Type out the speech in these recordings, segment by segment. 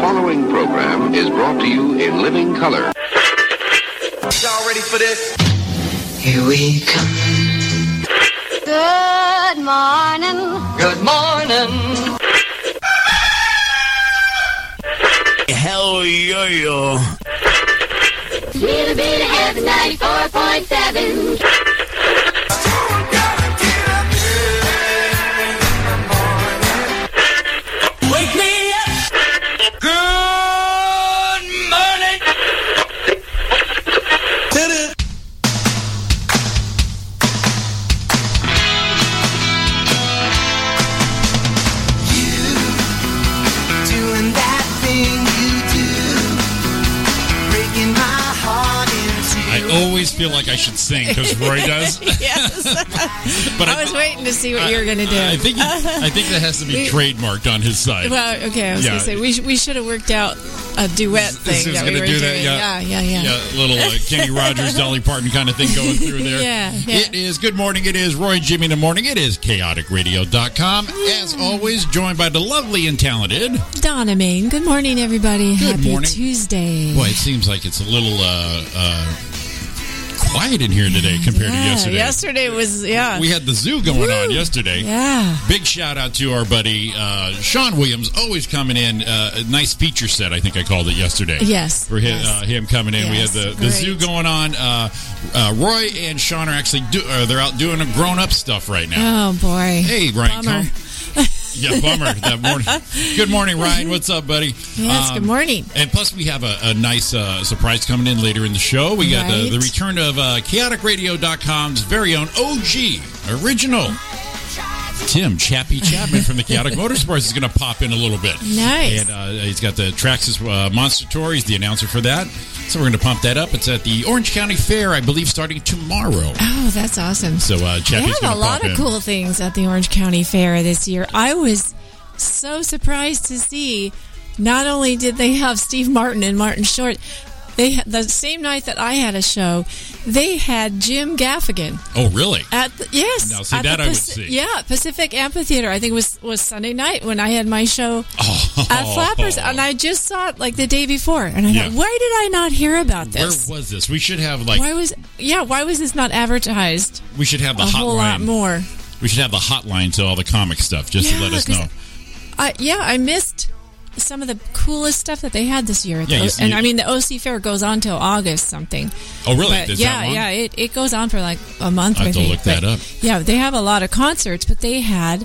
following program is brought to you in living color. Y'all ready for this? Here we come. Good morning. Good morning. Hell yo yo. Little bit of heaven, 94.7. Wake me up. Good morning. Doing that thing you do, breaking my heart I into. always feel like I should sing because Roy does. yes, but I was waiting to see what you were going to do. I think I think that has to be We- trademarked on his side. well, okay, I was Yeah. going to say we sh- we should have worked out a duet This thing is that we gonna were do doing. that, yeah. yeah, yeah, yeah. Yeah, little uh, Kenny Rogers, Dolly Parton kind of thing going through there. Yeah, yeah. It is good morning. It is Roy and Jimmy in the morning. It is chaoticradio.com. As always, joined by the lovely and talented. Donna Main. Good morning, everybody. Good Happy morning. Tuesday. Boy, it seems like it's a little uh, uh, quiet in here today compared yeah, to yesterday. yesterday was yeah, We had the zoo going on yesterday. yeah. Big shout out to our buddy uh, Sean Williams, always coming in. Uh, a nice feature set, I think I called it yesterday. Yes, for him, yes. uh, him coming in. Yes, we had the, the zoo great. going on. Uh, uh, Roy and Sean are actually do, uh, they're out doing a grown up stuff right now. Oh boy. hey, Ryan, bummer. come. Yeah, bummer that morning. Good morning, Ryan. What's up, buddy? Um, Yes, good morning. And plus, we have a, a nice uh, surprise coming in later in the show. We got the, Right. the return of uh, chaoticradio.com's very own OG, original. Tim Chappie Chapman from the Chaotic Motorsports is going to pop in a little bit. Nice. And uh, he's got the Traxxas uh, Monster Tour. He's the announcer for that. So we're going to pump that up. It's at the Orange County Fair, I believe, starting tomorrow. Oh, that's awesome. So uh, They Chappie's have going a to lot pop of in. cool things at the Orange County Fair this year. I was so surprised to see. Not only did they have Steve Martin and Martin Short, they had- the same night that I had a show, they had Jim Gaffigan Oh, really? at the, yes. Now, see, at that the I would Paci- see. Yeah, Pacific Amphitheater. I think was was Sunday night when I had my show Oh. at Uh, Flappers, and I just saw it like the day before, and I Yeah. thought, why did I not hear about Where this? was this? We should have like why was yeah? Why was this not advertised we should have the a whole lot hotline. more? We should have the hotline to all the comic stuff just to Yeah, let us 'cause know. I yeah, I missed some of the coolest stuff that they had this year. Yeah, you- and you- I mean, the OC Fair goes on till August something. Oh, really? But Is that yeah, long? yeah, it, it goes on for like a month. I have to think. look that But, up. Yeah, they have a lot of concerts, but they had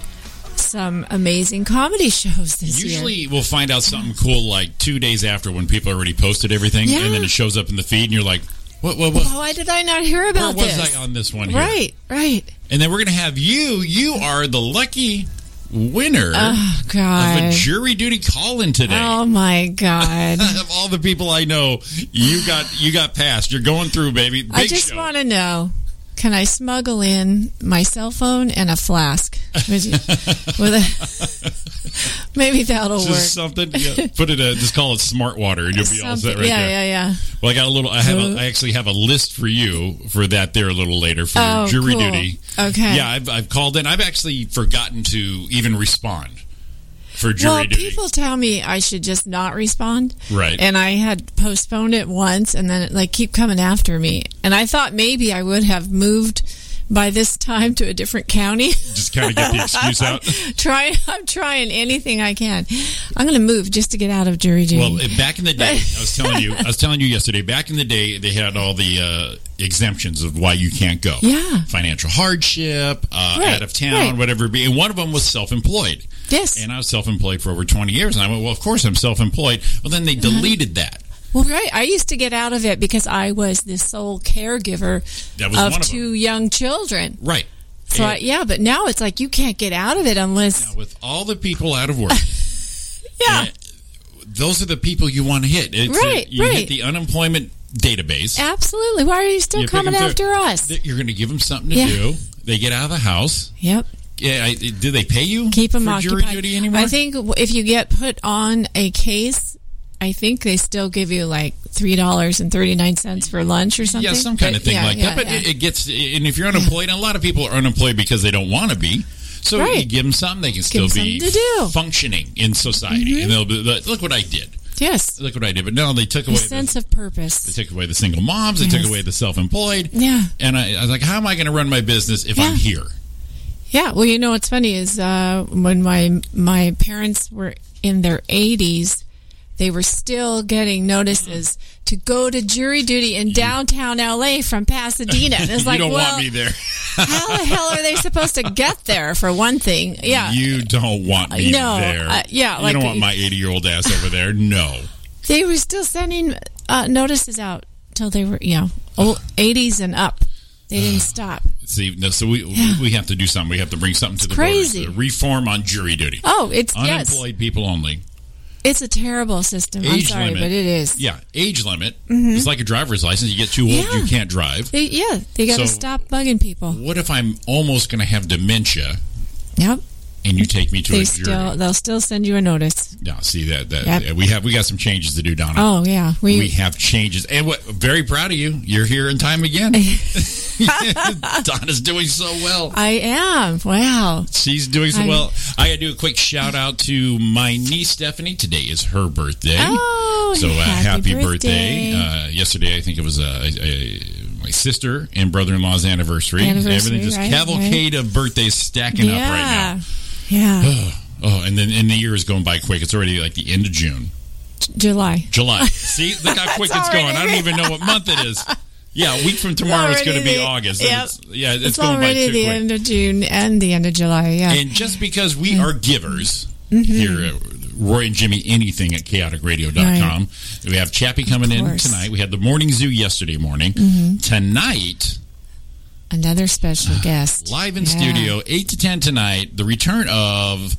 some amazing comedy shows this Usually year. we'll find out something cool like two days after when people already posted everything, Yeah. and then it shows up in the feed, and you're like, "What? What? What? Oh, Why did I not hear Where about was this? I on this one?" Here? right, right. And then we're gonna have you. You are the lucky winner Oh of a god. jury duty call-in today. Oh my god. Of all the people I know, you got you got passed. You're going through, baby. Big I just show. want to know. Can I smuggle in my cell phone and a flask? With, with a, maybe that'll work. just something. yeah, put it. Uh, just call it smart water, and you'll be all set Something- right yeah, there. yeah, yeah. Well, I got a little. I have. A, Uh. I actually have a list for you for that there a little later for Oh, jury cool. duty. Okay. Yeah, I've, I've called in. I've actually forgotten to even respond for jury well, duty. people tell me I should just not respond. Right. And I had postponed it once and then it like keep coming after me. And I thought maybe I would have moved by this time to a different county. Just kind of get the excuse out. Try I'm trying anything I can. I'm going to move just to get out of jury duty. Well, eh, back in the day, I was telling you, I was telling you yesterday. Back in the day, they had all the uh, exemptions of why you can't go. Yeah. financial hardship, uh, Right, out of town, right. whatever. It be. And one of them was self-employed. yes. And I was self-employed for over twenty years, and I went, "Well, of course I'm self-employed." Well, then they Uh-huh. deleted that. Well, right. I used to get out of it because I was the sole caregiver That was of, one of two them. young children. Right. So, And- I, yeah, but now it's like you can't get out of it unless. Now, with all the people out of work, Yeah, those are the people you want to hit. It's Right, you hit right. the unemployment database. absolutely. Why are you still You pick 'em coming through. after us? Th- You're going to give them something to Yeah. do. They get out of the house. yep. Yeah, I, do they pay you? Keep them for occupied. jury duty anymore? I think w- if you get put on a case, I think they still give you like three dollars and thirty nine cents for lunch or something. yeah, some kind But of thing yeah, like yeah, that. But yeah. it, it gets, and if you're unemployed, and a lot of people are unemployed because they don't want to be. So you Right. give them something, they can still 'em be something to do. Mm-hmm. functioning in society, and they'll be like, "Look what I did." Yes. Look what I did. But no, they took The away sense the, of purpose. they took away the single moms. They Yes. took away the self-employed. Yeah. And I, I was like, how am I going to run my business if I'm Yeah. here? Yeah, well, you know what's funny is uh, when my my parents were in their 80s, they were still getting notices to go to jury duty in downtown LA from Pasadena. And It's you like, don't well, want me there. how the hell are they supposed to get there for one thing? Yeah, You don't want me No, there. uh, yeah, You like don't the- want my 80 year old ass over there. No. they were still sending uh, notices out till they were, you know, old 80s and up. They didn't stop. See, no, so we Yeah. we have to do something. We have to bring something to the crazy. voters. Reform on jury duty. Oh, it's yes, Unemployed people only. it's a terrible system. I'm Age sorry, limit. but it is. Yeah, age limit. It's like a driver's license. You get too old, Mm-hmm. Yeah. you can't drive. They, yeah, they got to So- stop bugging people. What if I'm almost going to have dementia Yep. and you take me to they a jury? still they'll still send you a notice. no, see that that Yep. we have we got some changes to do, Donna. Oh yeah, we, We have changes, and what? Very proud of you. You're here in time again. Donna's doing so well. I am. Wow. She's doing so I- well. I gotta do a quick shout out to my niece Stephanie. Today is her birthday. Oh, so uh, happy happy birthday! birthday. Uh, yesterday, I think it was uh, uh, my sister and brother in law's anniversary. Anniversary, Everything just right, cavalcade of birthdays stacking up right now. Yeah. Oh, and then and the year is going by quick. It's already like the end of June, July. July. See, look how quick It's it's, going. I already- don't even know what month it is. Yeah, a week from tomorrow it's, going to be already the- August. yep. It's- yeah, it's, It's, going by already too the quick. end Mm-hmm. of June and the end of July. Yeah. And just because we are givers Mm-hmm. here at Roy and Jimmy anything at chaoticradio.com, we have Chappie coming in course. Mm-hmm. tonight. We had the morning zoo yesterday morning. Tonight, Another special guest. live in Yeah. studio, 8 to 10 tonight, the return of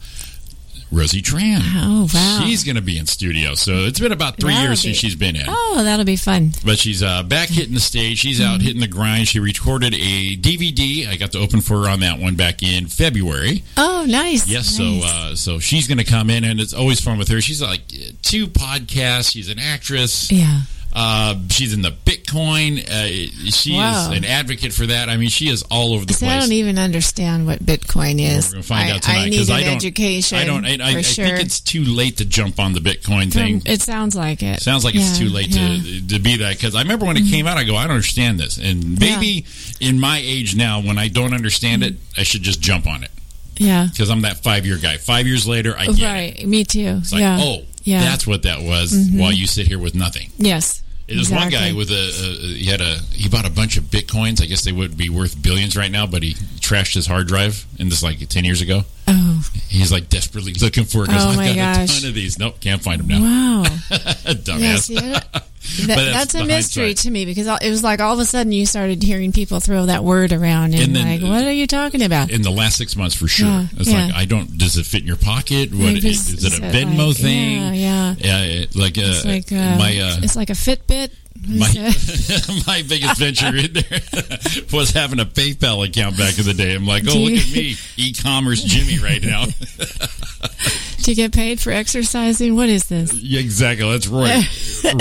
Rosie Tran. Oh, wow. She's going to be in studio. So it's been about 3 That'll years since be- she's been in. Oh, that'll be fun. But she's uh, back hitting the stage. She's out Mm-hmm. hitting the grind. She recorded a DVD. I got to open for her on that one back in February. Oh, nice. Yes, Nice. so uh, so she's going to come in, and it's always fun with her. She's like uh, two podcasts. She's an actress. yeah. Uh, she's in the Bitcoin. Uh, she Wow. is an advocate for that. I mean, she is all over the So I place. don't even understand what Bitcoin is. We're going to find I, out tonight I need I an don't. education. I don't. I, I, for I sure. think it's too late to jump on the Bitcoin thing. From- it sounds like it. Sounds like it's Yeah, too late yeah. to to be that because I remember when it came out, I go, I don't understand this, and maybe in my age now, when I don't understand it, Mm-hmm. I should just jump on it Yeah. because I'm that five year guy. Five years later, I get it. Right. Me too. It's like, yeah. oh, Yeah. that's what that was. While you sit here with nothing. Yes. There's one Exactly. guy with a, a he had a he bought a bunch of bitcoins. I guess they would be worth billions right now, but he trashed his hard drive and this is like ten years ago. Oh, He's like desperately looking for it. Goes, Oh I've my got a gosh. ton of these. Nope, can't find them now. Oh, wow. Yeah, Dumbass. see, that- that- that's that's, the a mystery hindsight. to me because all- it was like all of a sudden you started hearing people throw that word around and, And then, like, what are you talking about? In the last six months, for sure. Yeah, it's like yeah. I don't. Does it fit in your pocket? What Maybe is, is it? A it's Venmo like- thing? yeah, yeah. Yeah, it- like, uh, it's like uh, my uh, it's like a Fitbit. my, my biggest venture in there was having a PayPal account back in the day. I'm like, oh, Do look you- at me, e-commerce Jimmy right now. Do you get paid for exercising? What is this? yeah, exactly. That's Roy.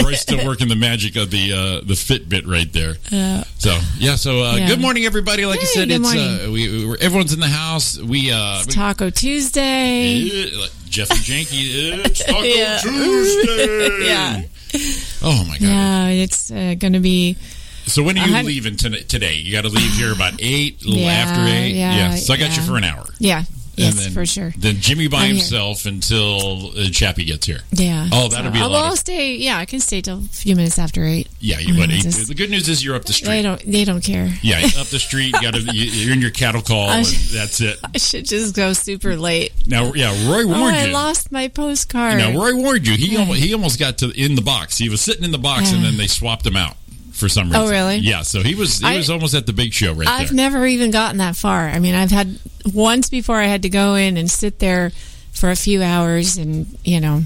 Roy's still working the magic of the uh, the Fitbit right there. so yeah. So uh, Yeah. good morning, everybody. Like I Hey, said, good it's uh, morning. we, we everyone's in the house. We uh, we- Taco Tuesday. Uh, like Jeff and Janky. uh, It's Taco Yeah. Tuesday. Yeah. Oh my god. Yeah, it's uh, going to be So when are you I'm- leaving tonight? Today you got to leave here about eight, a little Yeah, after eight. yeah, So I got you yeah. for an hour. yeah, yes And then- for sure. Then Jimmy by I'm here. himself until uh, Chappie gets here. Yeah. Oh, that'll be a I'll- lot I'll of- stay. Yeah, I can stay till a few minutes after eight. Yeah, you would. Yeah, Eight- just- the good news is you're up the They street. don't. They don't care. Yeah, up the street. You got to. You're in your cattle call, I and should- that's it. I should just go super late. Now, yeah, Roy Oh, warned I you. lost my postcard. Now, Roy warned you. He almost, he almost got to in the box. He was sitting in the box, and Yeah. then they swapped him out for some reason. Oh, really? Yeah. So he was he I- was almost at the big show right I've there. never even gotten that far. I mean, I've had once before I had to go in and sit there for a few hours and, you know,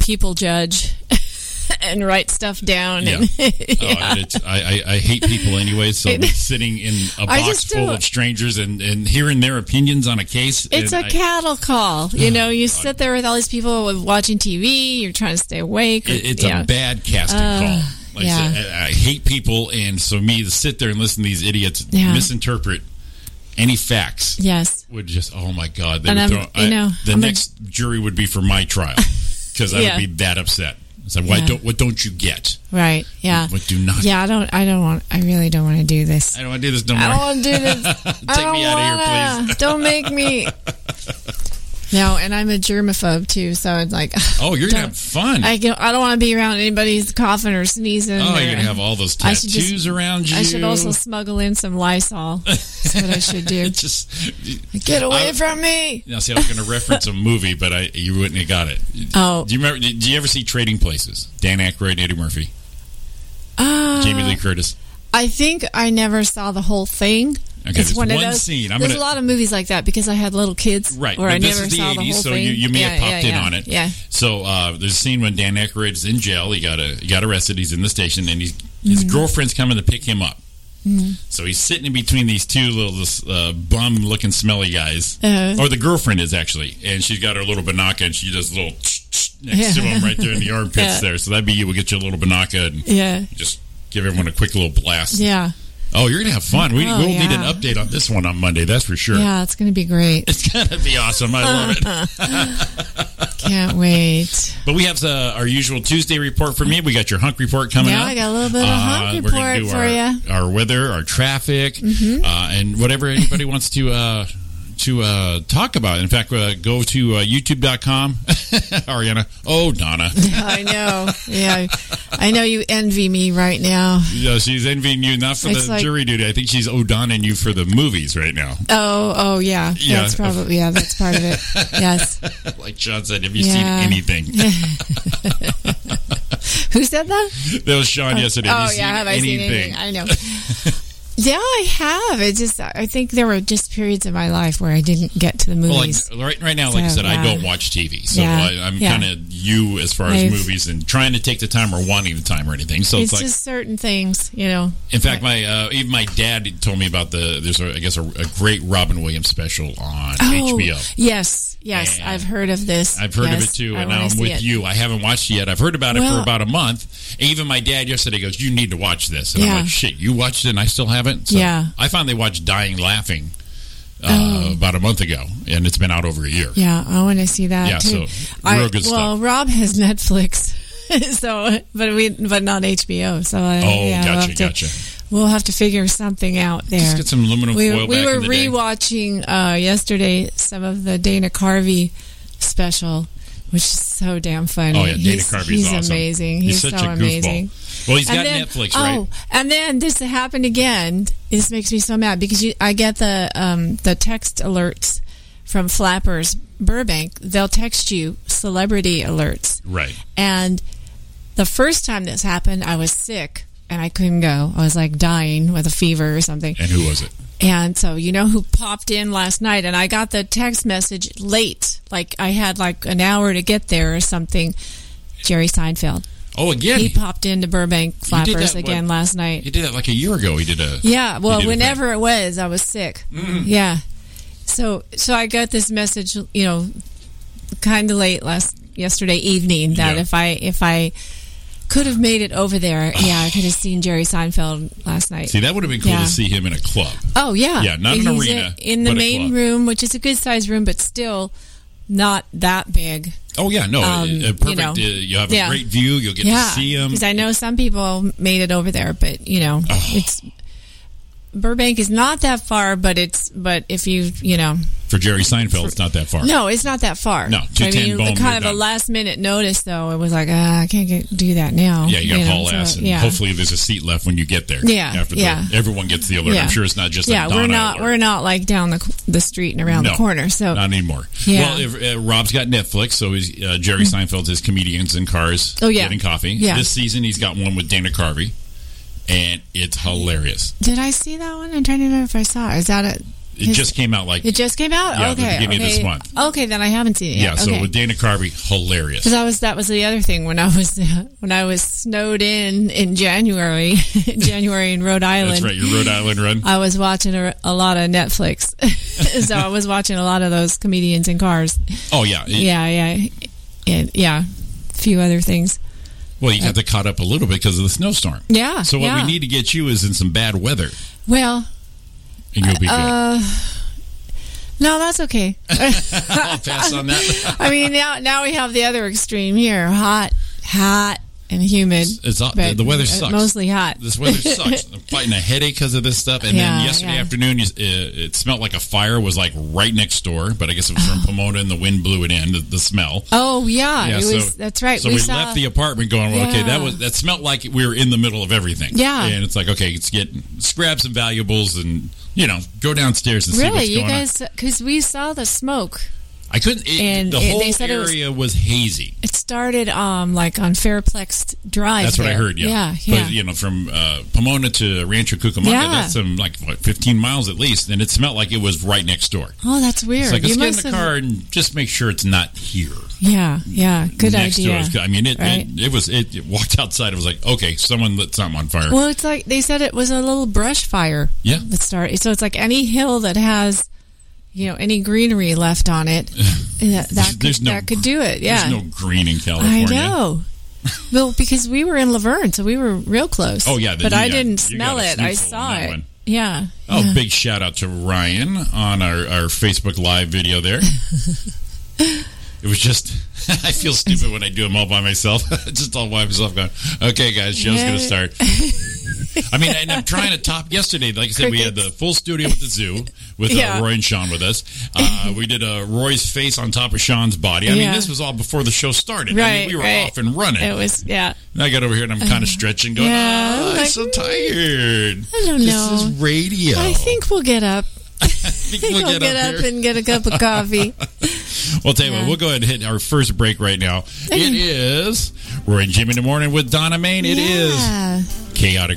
people judge and write stuff down. Yeah. And Oh, and it's, I, I, I hate people anyway, so sitting in a I box just full don't- of strangers and, and hearing their opinions on a case. it's and a I- Oh, cattle call. You know, you sit there with all these people watching TV, you're trying to stay awake. or- It- it's yeah. Uh, a bad casting call. Like yeah. I, said, I, I hate people, and so me to sit there and listen to these idiots Yeah. misinterpret any facts Yes. would just oh my god. They And would I'm- throw, you I- know, the I'm a- next jury would be for my trial. because I Yeah. would be that upset. It's like, why Yeah. don't what don't you get? Right. Yeah. What do not? Yeah. I don't. I don't want. I really don't want to do this. I don't want to do this no more. I don't want to do this. I Take don't me out of wanna. here, please. Don't make me. No, and I'm a germaphobe too, so it's like. Oh, you're don't- gonna have fun. I don't, I don't want to be around anybody who's coughing or sneezing. oh, or- you're gonna have all those I should tattoos just- around you. I should also smuggle in some Lysol. That's what I should do. just uh, Get away I- from me! Now, see, I was going to reference a movie, but I you wouldn't have got it. Oh. do you remember? Did you ever see Trading Places? Dan Aykroyd, Eddie Murphy, Ah, Jamie Lee Curtis. I think I never saw the whole thing. Okay, it's there's one, of one those. scene. I'm there's gonna- a lot of movies like that because I had little kids, Right, Or but I this never is the saw the whole so thing. you, you may Yeah, have popped yeah, in yeah. on it. Yeah, So uh, there's a scene when Dan Aykroyd's in jail. He got a he got arrested. He's in the station, and he's, Mm-hmm. his girlfriend's coming to pick him up. So he's sitting in between these two little this, uh, bum looking smelly guys, Uh-huh. or the girlfriend is actually, and she's got her little banaka, and she does a little next to Yeah. him right there in the armpits Yeah. there. So that'd be you. We'll get you a little banaka and yeah, just give everyone a quick little blast. yeah, Oh, you're gonna have fun. We, Oh, we'll need an yeah. update on this one on Monday. That's for sure. yeah. It's gonna be great. It's gonna be awesome. I love it. Can't wait. But we have uh, our usual Tuesday report from me. We got your hunk report coming Yeah, up. I got a little bit of hunk Uh-huh. we're gonna Uh-huh. report Uh, do for our, ya. Mm-hmm. Our weather, our traffic, uh, and whatever anybody wants to uh, to uh, talk about. In fact, uh, go to uh, YouTube.com. Ariana, oh Donna, I know. Yeah, I know you envy me right now. yeah, she's envying you not for It's the like- jury duty. I think she's O'Donning you for the movies right now. Oh, oh, yeah. Yeah. That's probably yeah. That's part of it. Yes. like John said, have you Yeah. seen anything? Who said that? that was Sean yesterday. oh have you yeah, seen have I anything? seen anything? I know. yeah, I have. It just I think there were just periods of my life where I didn't get to the Well, like, movies. right right now, like I So, said, I yeah. don't watch TV, so Yeah. I, I'm Yeah. kind of you as far as I've- movies and trying to take the time or wanting the time or anything. So it's, it's like, just certain things, you know. in fact, my uh, even my dad told me about the there's a, I guess a, a great Robin Williams special on Oh, HBO. yes, yes, And I've heard of this. I've heard Yes, of it too, I and wanna I'm see with it. you. I haven't watched it yet. I've heard about it for Well- about a month. And even my dad yesterday goes, "You need to watch this," and I'm Yeah. like, "Shit, you watched it, and I still haven't." So Yeah. Oh. I finally watched Dying Laughing uh, about a month ago, and it's been out over a year. Yeah, I want to see that Yeah, too. so, I, real good well, Rob has Netflix, so but we but not HBO. So I, Oh, yeah, we'll gotcha, have to, gotcha. We'll have to figure something out there. Just get some aluminum we, foil we back were in the day. rewatching uh, yesterday some of the Dana Carvey special, which is so damn funny. Oh yeah, Dana he's, Carvey's he's awesome. amazing. He's, such so a goofball. amazing. Well, he's got And then- Netflix, oh, right? and then this happened again. This makes me so mad because you, I get the um, the text alerts from Flappers Burbank. They'll text you celebrity alerts, Right. and the first time this happened, I was sick and I couldn't go. I was like dying with a fever or something. And who was it? And so, you know who popped in last night? And I got the text message late. Like, I had like an hour to get there or something. Jerry Seinfeld. Oh, again. He He, popped into Burbank that, Flappers what- again last night. did that like a year ago. He did a. Yeah, he well, did Mm-hmm. a whenever it was, I was sick. Yeah. So, so I got this message, you know, kind of late last yesterday evening that Yeah. if I if I could have made it over there, yeah, I could have seen Jerry Seinfeld last night. See, that would have been cool Yeah. to see him in a club. Oh yeah, Yeah, not an He's arena, in, in the but a main club. room, which is a good sized room, but still not that big. Oh yeah, no, Um, a- a you perfect. You know. uh, you'll have a Yeah. great view. You'll get yeah, to see him. because I know some people made it over there, but you know, it's Burbank is not that far, but it's but if you you know, For Jerry Seinfeld, it's not that far. no, it's not that far. No, I 210 mean, Bowman, you're kind of a done. last minute notice though. It was like ah, I can't get, do that now. Yeah, you got to know, haul so, ass, and yeah. hopefully there's a seat left when you get there. Yeah, after yeah. The, everyone gets the alert. Yeah. I'm sure it's not just. Yeah, a we're Donna not alert. we're not like down the the street and around the corner. So not anymore. Yeah. Mm-hmm. Well, if, uh, Rob's got Netflix, so he's, uh, Jerry Seinfeld's his comedians in cars. Oh, yeah. getting coffee. Yeah. This season he's got one with Dana Carvey, and it's hilarious. Did I see that one? I'm trying to remember if I saw it. Is that it? It just came out like It just came out. Yeah, the okay. beginning of okay. this month. Okay, then I haven't seen it. yeah. Yet. So okay. with Dana Carvey, hilarious. 'Cause that was that was the other thing when I was when I was snowed in in January, January in Rhode Island. Uh, That's right, your Rhode Island run. I was watching a, a lot of Netflix, so I was watching a lot of those comedians in cars. Oh yeah, Yeah, yeah, and yeah, a few other things. Well, you got to caught up a little bit because of the snowstorm. Yeah. So what yeah. we need to get you is in some bad weather, Well, and you'll be good. uh, No, that's okay. I'll pass on that. I mean, now now we have the other extreme here: hot, hot, and humid. It's all- but uh, the weather sucks. Mostly hot. This weather sucks. I'm fighting a headache because of this stuff. And Yeah, then yesterday yeah. afternoon, you- it, it smelled like a fire was like right next door, but I guess it was from Pomona and the wind blew it in, the, the smell. Oh yeah, Yeah, it so- was. That's right. So we we, saw, left the apartment going, well, okay, Yeah. that was that smelt like we were in the middle of everything. Yeah. And it's like, okay, let's get let's grab some valuables and you know go downstairs and see really, what's you going on. guys, because we saw the smoke. I couldn't. It, and the it- whole they said it was- area was, hazy. It started um like on Fairplex Drive. That's what I there. heard. Yeah. yeah, yeah. But you know, from uh, Pomona to Rancho Cucamonga, Yeah. that's some like what, 15 miles at least, and it smelled like it was right next door. oh, that's weird. It's like you let's must get in the have. car and just make sure it's not here. Yeah, yeah. Good next idea. Door. is- I mean, it, right? it, it was. It, it walked outside. It was like, okay, someone lit something on fire. Well, it's like they said it was a little brush fire yeah. that started. So it's like any hill that has, you know, any greenery left on it, eh, that, that, There's could, no that could do it. Yeah. There's no green in I California. know. well, because we were in Laverne, so we were real close. Oh, yeah, then But you I got- didn't you got smell a it. I snootful saw on that it. one. Yeah. Oh, yeah. big shout out to Ryan on our, our Facebook Live video there. it was just, I feel stupid when I do them all by myself. just all by myself going, okay, guys, show's going to start. I mean, and I'm trying to top yesterday. Like I said, we had the full studio at the zoo with Yeah. uh, Roy and Sean with us. Uh, we did uh, Roy's face on top of Sean's body. I mean, Yeah. this was all before the show started. I mean, Right, we were right. off and running. It was, yeah. And I got over here and I'm kind of stretching, going, Uh, Yeah, "Ah, I'm like, so tired. I don't This know. is radio. I think we'll get up. I think we'll, get, up, here. and get a cup of coffee. Well, tell you what, Yeah. we'll go ahead and hit our first break right now. It is Roy and Jimmy in the Morning with Donna Main. It is yeah.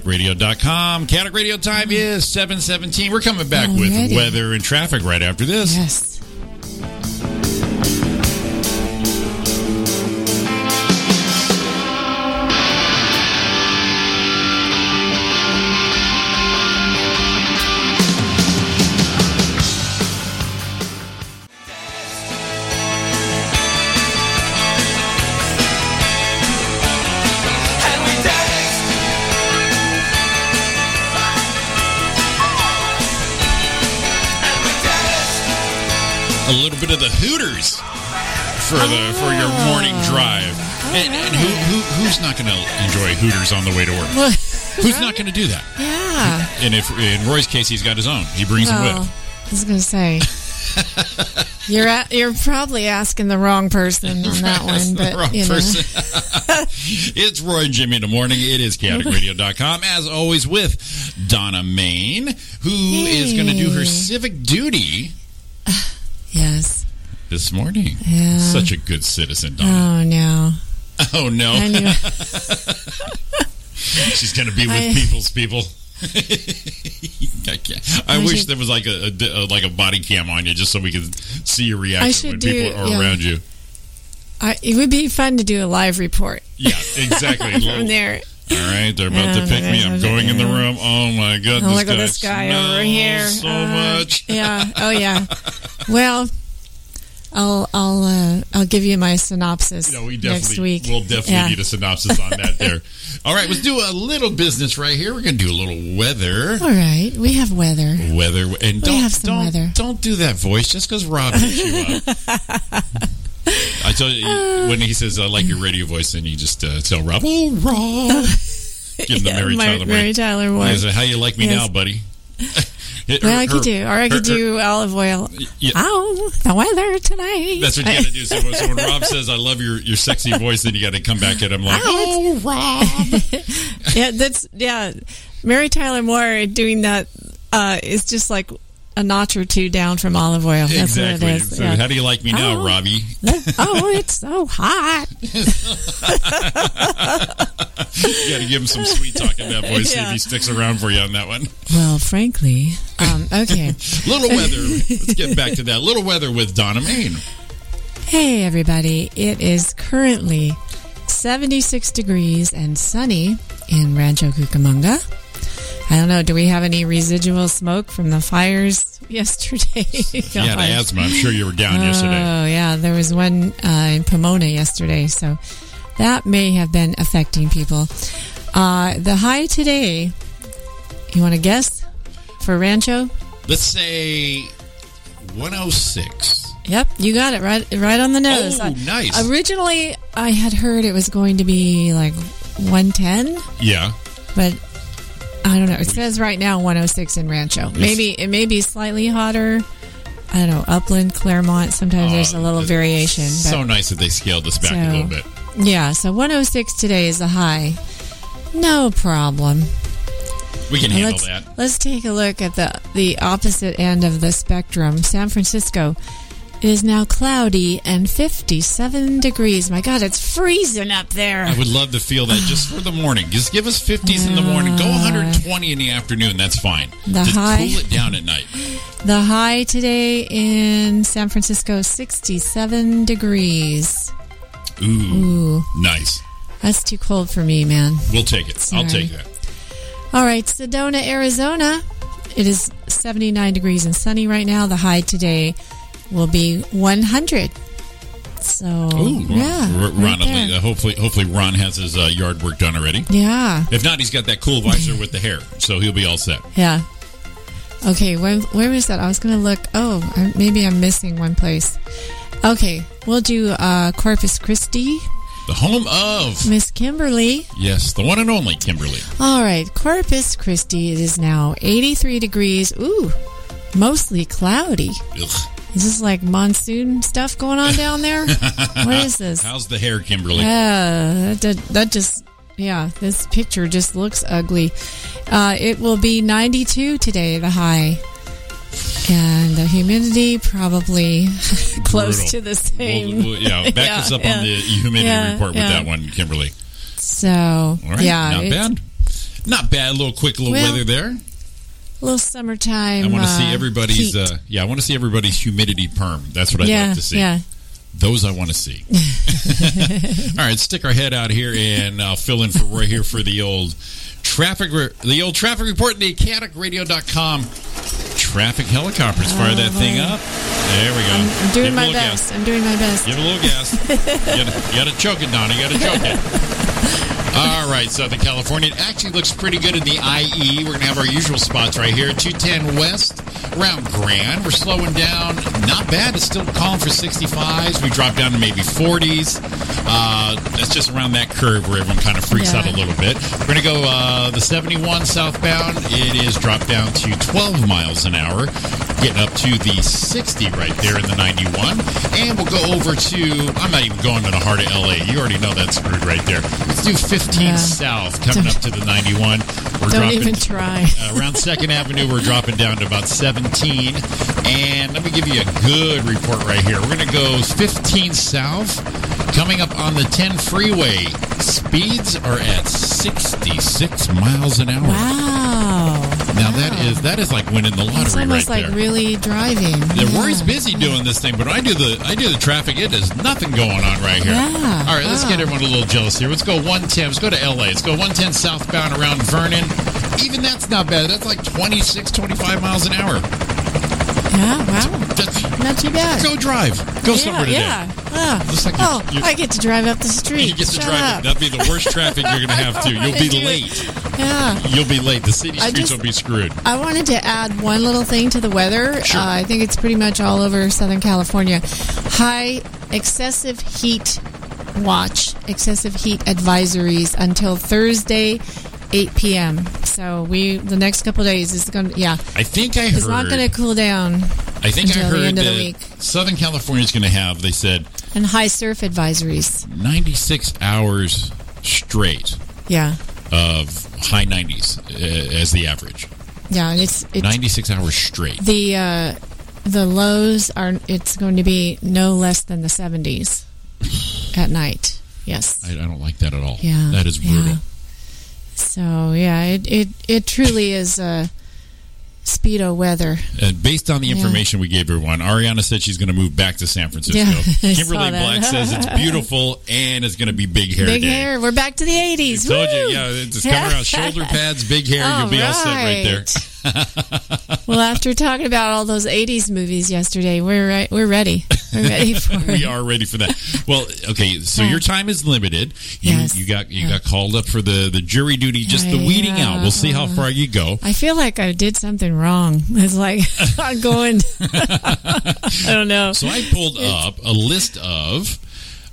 chaoticradio.com. Chaotic Radio time is 717. We're coming back with Alrighty. weather and traffic right after this. Yes. And we danced. And we danced. A little bit of the Hooters for the for your Oh. morning drive. And, and who, who who's not going to enjoy Hooters on the way to work? Well, Who's not going to do that? yeah. And if in Roy's case, he's got his own. He brings them Well, with. I was gonna say you're a you're probably asking the wrong person on that That's one, the but wrong you know. person. it's Roy and Jimmy in the morning. It is chaoticradio.com, as always, with Donna Main, who is going to do her Hey. civic duty Yes. this morning. Yeah. Such a good citizen, Donna. Oh no. oh, no. I knew. She's going to be with I- people's people. I, can't. I, I wish should- there was like a, a- a- like a body cam on you just so we could see your reaction should when do- people are yeah. around you. I, it would be fun to do a live report Yeah, exactly. from there. All right, they're about to Yeah, pick me. I'm going in the room. Oh my god! Oh, this look at this guy over smells here. So Uh, much. Yeah. Oh yeah. Well, I'll I'll uh, I'll give you my synopsis No, we next definitely week. we'll definitely Yeah. need a synopsis on that. There. All right, let's do a little business right here. We're gonna do a little weather. All right. We have weather. Weather and don't have some don't weather. don't do that voice just because Rob hits you up. I tell you Uh, when he says I like your radio voice, then you just uh, tell Rob, "Oh, Rob." Give him the Yeah, Mary Mar- Tyler Moore. Mary Tyler Moore. He said, How you like me Yes. now, buddy? Her- Well, I her- could do, or I could her- her- do olive oil. Yeah. Oh, the weather tonight. That's what you got to do. So, when- so when Rob says, "I love your your sexy voice," then you got to come back at him like, "Oh, Rob." yeah, that's yeah. Mary Tyler Moore doing that uh, is just like a notch or two down from olive oil. That's exactly. what it is. So yeah. how do you like me now, Oh. Robbie? oh, it's so hot. You got to give him some sweet talk in that voice. See if Yeah. he sticks around for you on that one. Well, frankly, um, okay. Little weather. Let's get back to that. Little weather with Donna Main. hey, everybody. It is currently 76 degrees and sunny in Rancho Cucamonga. I don't know. Do we have any residual smoke from the fires yesterday? Yeah, the God. asthma. I'm sure you were down yesterday. Oh, yeah. There was one uh, in Pomona yesterday. So that may have been affecting people. Uh, the high today, you want to guess for Rancho? Let's say 106. Yep, you got it right right on the nose. Oh, I- nice. Originally, I had heard it was going to be like 110, Yeah. but I don't know. It says right now 106 in Rancho. Maybe it may be slightly hotter. I don't know. Upland, Claremont, sometimes there's a little Uh, variation. But So nice that they scaled this back a So- little bit. yeah, so 106 today is a high. No problem. We can And handle let's, that. Let's take a look at the the opposite end of the spectrum. San Francisco is now cloudy and 57 degrees. My God, it's freezing up there. I would love to feel that just for the morning. Just give us 50s in the morning. Go 120 in the afternoon. That's fine. The just high- cool it down at night. The high today in San Francisco 67 degrees. Ooh, Ooh, nice. that's too cold for me, man. We'll take it. I'll Sorry. take that. All right, Sedona, Arizona. It is 79 degrees and sunny right now. The high today will be 100. So, Ooh, yeah. R- Ron, right there. uh, hopefully, hopefully Ron has his uh, yard work done already. Yeah, If not, he's got that cool visor with the hair, so he'll be all set. yeah. Okay, where, where is that? I was going to look. Oh, I, maybe I'm missing one place. Okay, we'll do uh, Corpus Christi, The home of Miss Kimberly. yes, the one and only Kimberly. All right, Corpus Christi. It is now 83 degrees. Ooh, mostly cloudy. Ugh. Is this like monsoon stuff going on down there? what is this? How's the hair, Kimberly? Yeah, Uh, that, that, that just, yeah, this picture just looks ugly. Uh, it will be 92 today, the high. And the humidity probably close Brutal. to the We'll- same. we'll- yeah, back Yeah, us up yeah. on the humidity Yeah, report with yeah. that one, Kimberly. So, All right, yeah, not it's bad. Not bad. A little quick, little Well, weather there. a little summertime. I want to uh, see everybody's. heat. Uh, yeah, I want to see everybody's humidity perm. That's what I'd yeah, like to see. yeah. Those I want to see. All right, stick our head out here and uh, fill in for Roy here for the old traffic. Re- the old traffic report. The chaoticradio.com traffic helicopters. Fire that thing up. There we go. Oh, I'm doing Give it a my little gas. best. I'm doing my best. Give it a little gas. you, gotta, you gotta choke it, Donna. You gotta choke it. All right, Southern California. It actually looks pretty good in the IE. We're gonna have our usual spots right here. 210 West, around Grand. We're slowing down. Not bad. It's still calling for 65s. We drop down to maybe 40s. Uh, that's just around that curve where everyone kind of freaks Yeah. out a little bit. We're gonna go uh, the 71 southbound. It is dropped down to 12 miles an hour, getting up to the 60 right there in the 91. And we'll go over to. I'm not even going to the heart of LA. You already know that's screwed right there. Let's do 15 Yeah. south, coming up to the 91. We're Don't dropping even try. uh, around Second Avenue, we're dropping down to about 17. And let me give you a good report right here. We're going to go 15 south, coming up on the 10 freeway. Speeds are at 66 miles an hour. Wow. Now that is that is like winning the lottery It's almost right like there. really driving. The Yeah. Roy's busy doing this thing, but when I do the I do the traffic. It is nothing going on right here. Yeah. Oh, All right, let's Wow. get everyone a little jealous here. Let's go 110. Let's go to LA. Let's go 110 southbound around Vernon. Even that's not bad. That's like 26, 25 miles an hour. Yeah, wow. That's, Not too bad. go drive. Go somewhere today. yeah. Ah. Looks like you- oh, you- I get to drive up the street. You get to Shut drive. up. it. That'd be the worst traffic you're going to have to. You'll be I do. late. Yeah. You'll be late. The city I streets just- will be screwed. I wanted to add one little thing to the weather. Sure. Uh, I think it's pretty much all over Southern California. High excessive heat watch, excessive heat advisories until Thursday, 8 p.m. So we the next couple of days is going to yeah, I think I heard. it's not going to cool down. I think I until the heard end that of the week. Southern California's going to have. They said And high surf advisories. 96 hours straight Yeah. of high 90s uh, as the average. Yeah, and it's it's 96 hours straight. the uh, the lows are it's going to be no less than the 70s at night yes I, I don't like that at all. yeah That is yeah. brutal. so yeah it, it it truly is uh speedo weather And based on the Yeah. information we gave everyone, Ariana said she's going to move back to San Francisco. Yeah, I saw Kimberly that. Black says it's beautiful and it's going to be big hair big day. hair we're back to the 80s I told Woo! you, yeah, it's coming around shoulder pads, big hair, All you'll be all set right there. right. Well, after talking about all those '80s movies yesterday, we're right, we're ready. We're ready for it. we are ready for that. Well, okay, so Yeah. your time is limited. You, Yes. you got you Yeah. got called up for the, the jury duty, just the Yeah. weeding out. We'll see how far you go. I feel like I did something wrong. It's like I'm going. I don't know. So I pulled up a list of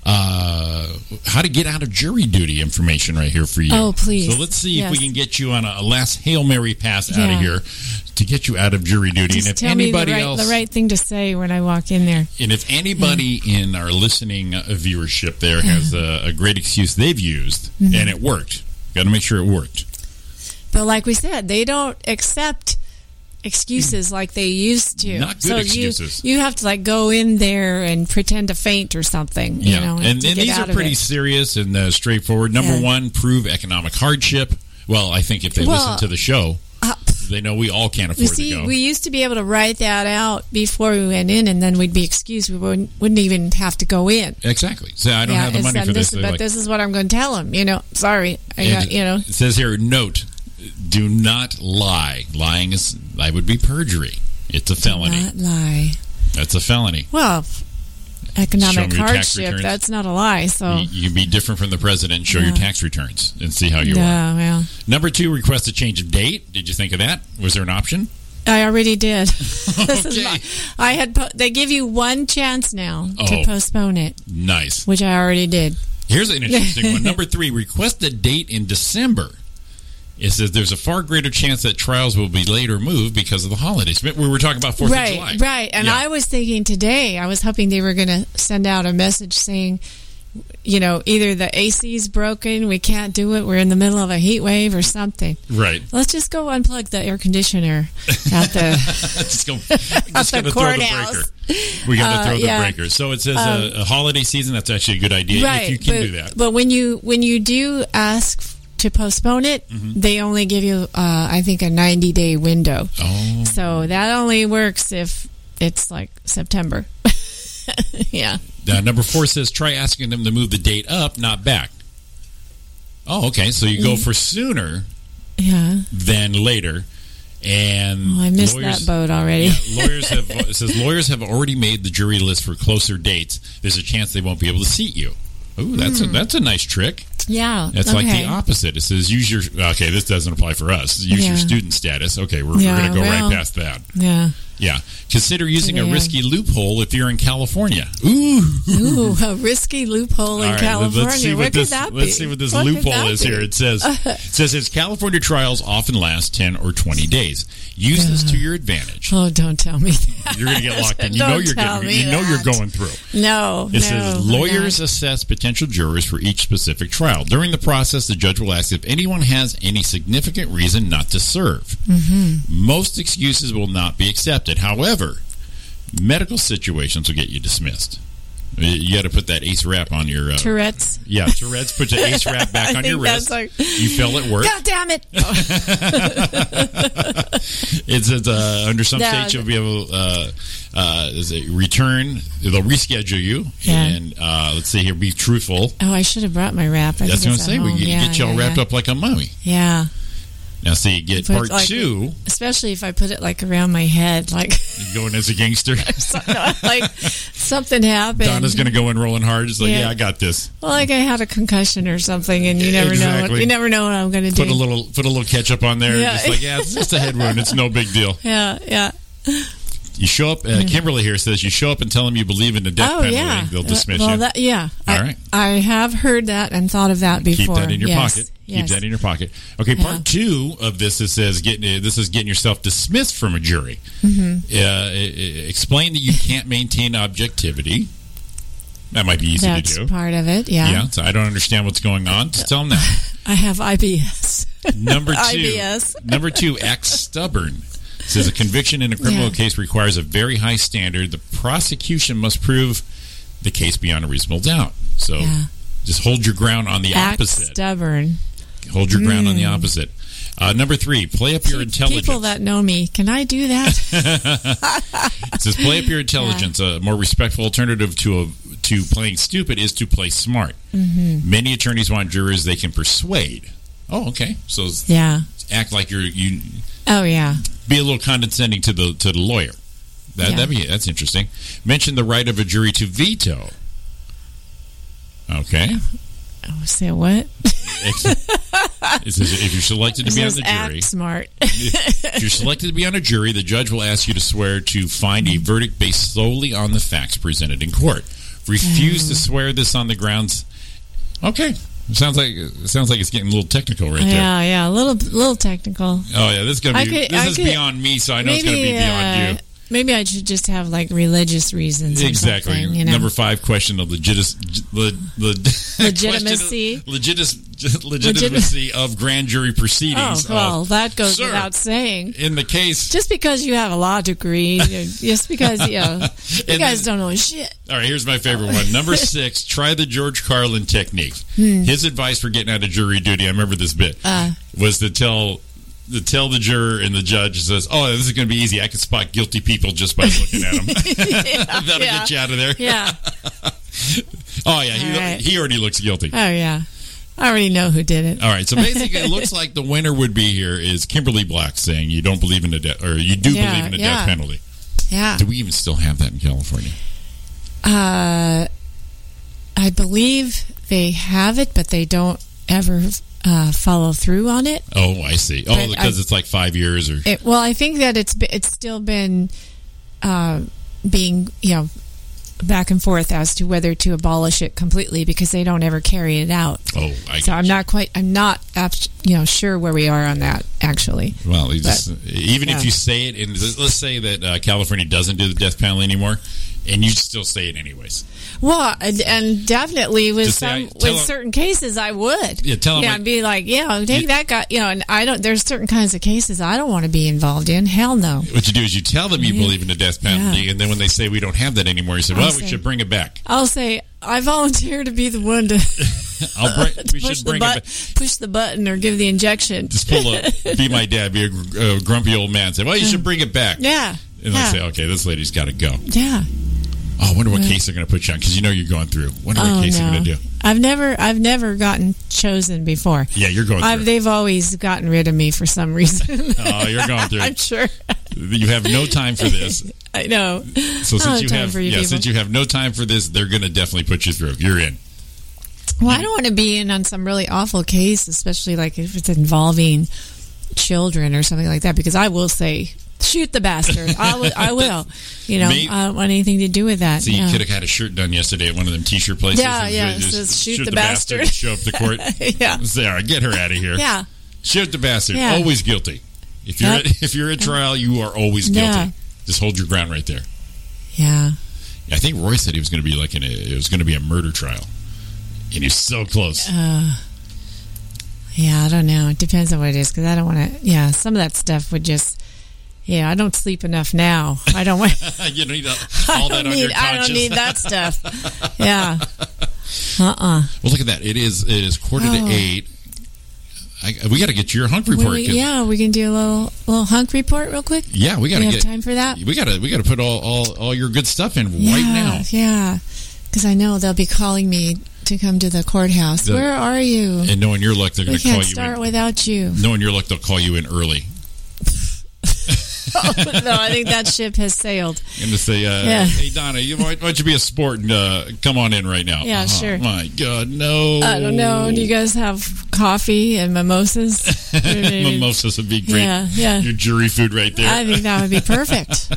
uh, how to get out of jury duty information right here for you. Oh, please. So let's see if we Yes. can get you on a, a last hail mary pass out of Yeah. here to get you out of jury duty. Just and if tell me the anybody right, else, the right Mm. thing to say when I walk in there. and if anybody in our listening uh, viewership there has a, a great excuse they've used Mm-hmm. and it worked, got to make sure it worked. But like we said, they don't accept excuses like they used to. Not good so excuses. You, you have to like go in there and pretend to faint or something. Yeah, You know, and, to and get these out are of pretty it. serious and uh, straightforward. Number Yeah. one, prove economic hardship. Well, I think if they Well, listen to the show, Uh, they know we all can't you afford to see, go. we used to be able to write that out before we went in, and then we'd be excused. We wouldn't, wouldn't even have to go in. exactly. So I don't have the it's, money um, for this. They're But like- this is what I'm going to tell them. You know, sorry, I and got, you know. it says here, note: do not lie. Lying is that would be perjury. It's a felony. Not lie. That's a felony. Well, Show 'em economic your tax hardship. returns. That's not a lie. So You, you can be different from the president. and Show your Yeah. tax returns and see how you no, are. well, Number two, request a change of date. Did you think of that? Was there an option? I already did. this is my, Okay. I had. Po- they give you one chance now Oh. to postpone it, Nice. which I already did. Here's an interesting one. Number three, request a date in December. It says there's a far greater chance that trials will be later moved because of the holidays. But We were talking about Fourth right, of July, right. And Yeah. I was thinking today. I was hoping they were going to send out a message saying. You know, either the AC's broken, we can't do it, we're in the middle of a heat wave or something. right. Let's just go unplug the air conditioner at the. just go, just the gotta throw the courthouse. breaker. We got to Uh, throw the yeah. breaker. So it says uh a, holiday season. That's actually a good idea if you can but, do that. But when you when you do ask to postpone it, Mm-hmm. they only give you uh, I think a ninety day window. Oh, So that only works if it's like September. yeah. Now, uh, number four says try asking them to move the date up, not back. Oh, okay. So you Mm. go for sooner Yeah. than later, and Well, Oh, I missed lawyers- that boat already. Yeah, lawyers have it says lawyers have already made the jury list for closer dates. There's a chance they won't be able to seat you. Ooh, that's Mm. a, that's a nice trick. Yeah. That's like the okay. opposite. It says use your okay. This doesn't apply for us. Use your Yeah. student status. Okay, we're, Yeah, we're going to go well. right past that. Yeah. Yeah, consider using a Yeah. risky loophole if you're in California. Ooh, Ooh, a risky loophole in All right, California. Let's see what, what could this, that be? let's see what this could loophole that is be? here. It says it says its California trials often last ten or twenty days. Use this to your advantage. Oh, don't tell me that. You're going to get locked in. You know Don't you're tell getting, me you know you're that. going through. No. It no, says I'm lawyers not. assess potential jurors for each specific trial. During the process, the judge will ask if anyone has any significant reason not to serve. Mm-hmm. Most excuses will not be accepted. However, medical situations will get you dismissed. You- You got to put that ace wrap on your uh, Tourette's. yeah Tourette's. Put the ace wrap back I on your think that's wrist. like- you fell at work. God damn it! It's it's, uh, under some No, states you'll be able uh, uh, is it return. They'll reschedule you Yeah. and uh, let's see here. Be truthful. Oh, I should have brought my wrap. I That's think what I'm it's at saying. We home. get, yeah, get y'all yeah, wrapped yeah. up like a mummy. Yeah, Now, see, you get But part like- two, especially if I put it like around my head, like you're going as a gangster. so- like something happened. Donna's going to go in rolling hard. It's like, yeah, Yeah. I got this. well, like I had a concussion or something, and you never know. Exactly. What, you never know what I'm going to do. Put a little, put a little ketchup on there. Yeah. Just like, yeah, it's just a head wound. It's no big deal. yeah, yeah. You show up. Uh, Kimberly here says you show up and tell them you believe in the death oh, penalty. yeah. They'll dismiss well, you. That, yeah. All I, right. I have heard that and thought of that before. Keep that in your Yes, pocket. Keep yes. that in your pocket. Okay, part Yeah. two of this it says getting uh, this is getting yourself dismissed from a jury. Mm-hmm. Uh, e- e- explain that you can't maintain objectivity. That might be easy That's to do. part of it. Yeah. Yeah, so I don't understand what's going on. Just tell them that. I have IBS. Number two. Oh, IBS. Number two, act stubborn. It says a conviction in a criminal Yeah. case requires a very high standard. The prosecution must prove the case beyond a reasonable doubt. So Yeah. just hold your ground on the Act opposite. stubborn. hold your ground on the opposite. Uh, number three, play up your intelligence. Hmm. People that know me, can I do that? It says play up your intelligence. A more respectful alternative to a, to playing stupid is to play smart. Mm-hmm. Many attorneys want jurors they can persuade. Oh, okay. So yeah. act like you're you Oh yeah. be a little condescending to the to the lawyer. That Yeah. that be that's interesting. Mention the right of a jury to veto. Okay. Oh, say what? It says, if you're selected to It be on says the jury, act smart. if you're selected to be on a jury, the judge will ask you to swear to find a verdict based solely on the facts presented in court. Refuse Mm. to swear this on the grounds. Okay, sounds like it sounds like it's getting a little technical right there. yeah, yeah, a little, little technical. Oh yeah, this is gonna I be could- this I is could- beyond me, so I know it's gonna be beyond uh, you. Maybe I should just have like religious reasons. or Exactly. something, you know? Number five question of legitimacy. Le, le, Legitimacy. question of- legitis- legitimacy of grand jury Oh, proceedings. well, of, that goes Uh, Sir, without saying. In the case, Just because you have a law degree, you- just because you, know, you And guys then- don't know shit. all right, here's my favorite one. Number six, try the George Carlin technique. Hmm. His advice for getting out of jury duty, I remember this bit, Uh. was to tell. To tell the juror and the judge says, "Oh, this is going to be easy. I can spot guilty people just by looking at them. That'll yeah. get you out of there." Yeah. Oh yeah, he, All right. he already looks guilty. Oh yeah. I already know who did it. All right, so basically, it looks like the winner would be here is Kimberly Black saying you don't believe in a death, or you do Yeah, believe in a yeah. death penalty. Yeah. Do we even still have that in California? Uh, I believe they have it, but they don't ever uh, follow through on it. Oh, I see. Oh, But because I- it's like five years or It, well, I think that it's be- it's still been uh, being you know back and forth as to whether to abolish it completely because they don't ever carry it out. oh, I So I'm not quite I'm not apt, you know sure where we are on that actually. well, you just, even if yeah. you say it, and let's say that uh, California doesn't do the death penalty anymore, and you still say it anyways. Well, and, and definitely with Just say, some I- tell with 'em- certain cases I would Yeah, tell 'em yeah I- and be like yeah take You- that guy you know and I don't there's certain kinds of cases I don't want to be involved in hell no What you do is you tell them you believe in the death penalty, and then when they say we don't have that anymore, you say, well, we see. should bring it back. I'll say I volunteer to be the one to I'll bring, we should push the bring it button back. push the button or give the injection Just pull a be my dad, be a gr- uh, grumpy old man. Say, well, you should bring it back. yeah And yeah. they say, okay, this lady's got to go. yeah Oh, I wonder what case they're going to put you on because you know you're going through. Wonder what oh case they're no going to do. I've never I've never gotten chosen before Yeah, you're going I've, through. they've always gotten rid of me for some reason. Oh, you're going through. I'm sure. you have no time for this. I know. So I don't since you time have for you yeah, people. since you have no time for this, they're going to definitely put you through. You're in. Well, I don't want to be in on some really awful case, especially like if it's involving children or something like that, because I will say, shoot the bastard. I will. I will. You know, May- I don't want anything to do with that. See, you yeah. could have had a shirt done yesterday at one of them t-shirt places. Yeah, and yeah, they it says, "Shoot the and bastard." show up to court. yeah. Sarah, get her out of here. Yeah. Shoot the bastard. Yeah. Always guilty. If you're Yep. at, if you're at trial, you are always guilty. Yeah. Just hold your ground right there. Yeah. I think Roy said he was going to be like in a, it was going to be a murder trial, and he's so close. Yeah. I don't know. It depends on what it is, because I don't want to. Yeah. Some of that stuff would just. Yeah, I don't sleep enough now. I don't want. you don't need all I all don't that on need. your I conscience. don't need that stuff. Yeah. Uh uh Well, look at that. It is it is quarter Oh. to eight. I, we got to get your hunk report. 'cause- yeah, we can do a little little hunk report real quick. yeah, we got to we have get time for that. we got to we got to put all, all all your good stuff in Yeah, right now. Yeah, because I know they'll be calling me to come to the courthouse. The- Where are you? And knowing your luck, they're We going to call can't you. start in. without you. knowing your luck, they'll call you in early Oh, no, I think that ship has sailed. and to say, uh, Yeah. "Hey Donna, you, why, why don't you be a sport and uh, come on in right now?" Yeah, Uh-huh. sure. My God, no. I don't know. Do you guys have coffee and mimosas? Mimosas would be great. Yeah, yeah. Your jury food right there. I think that would be perfect.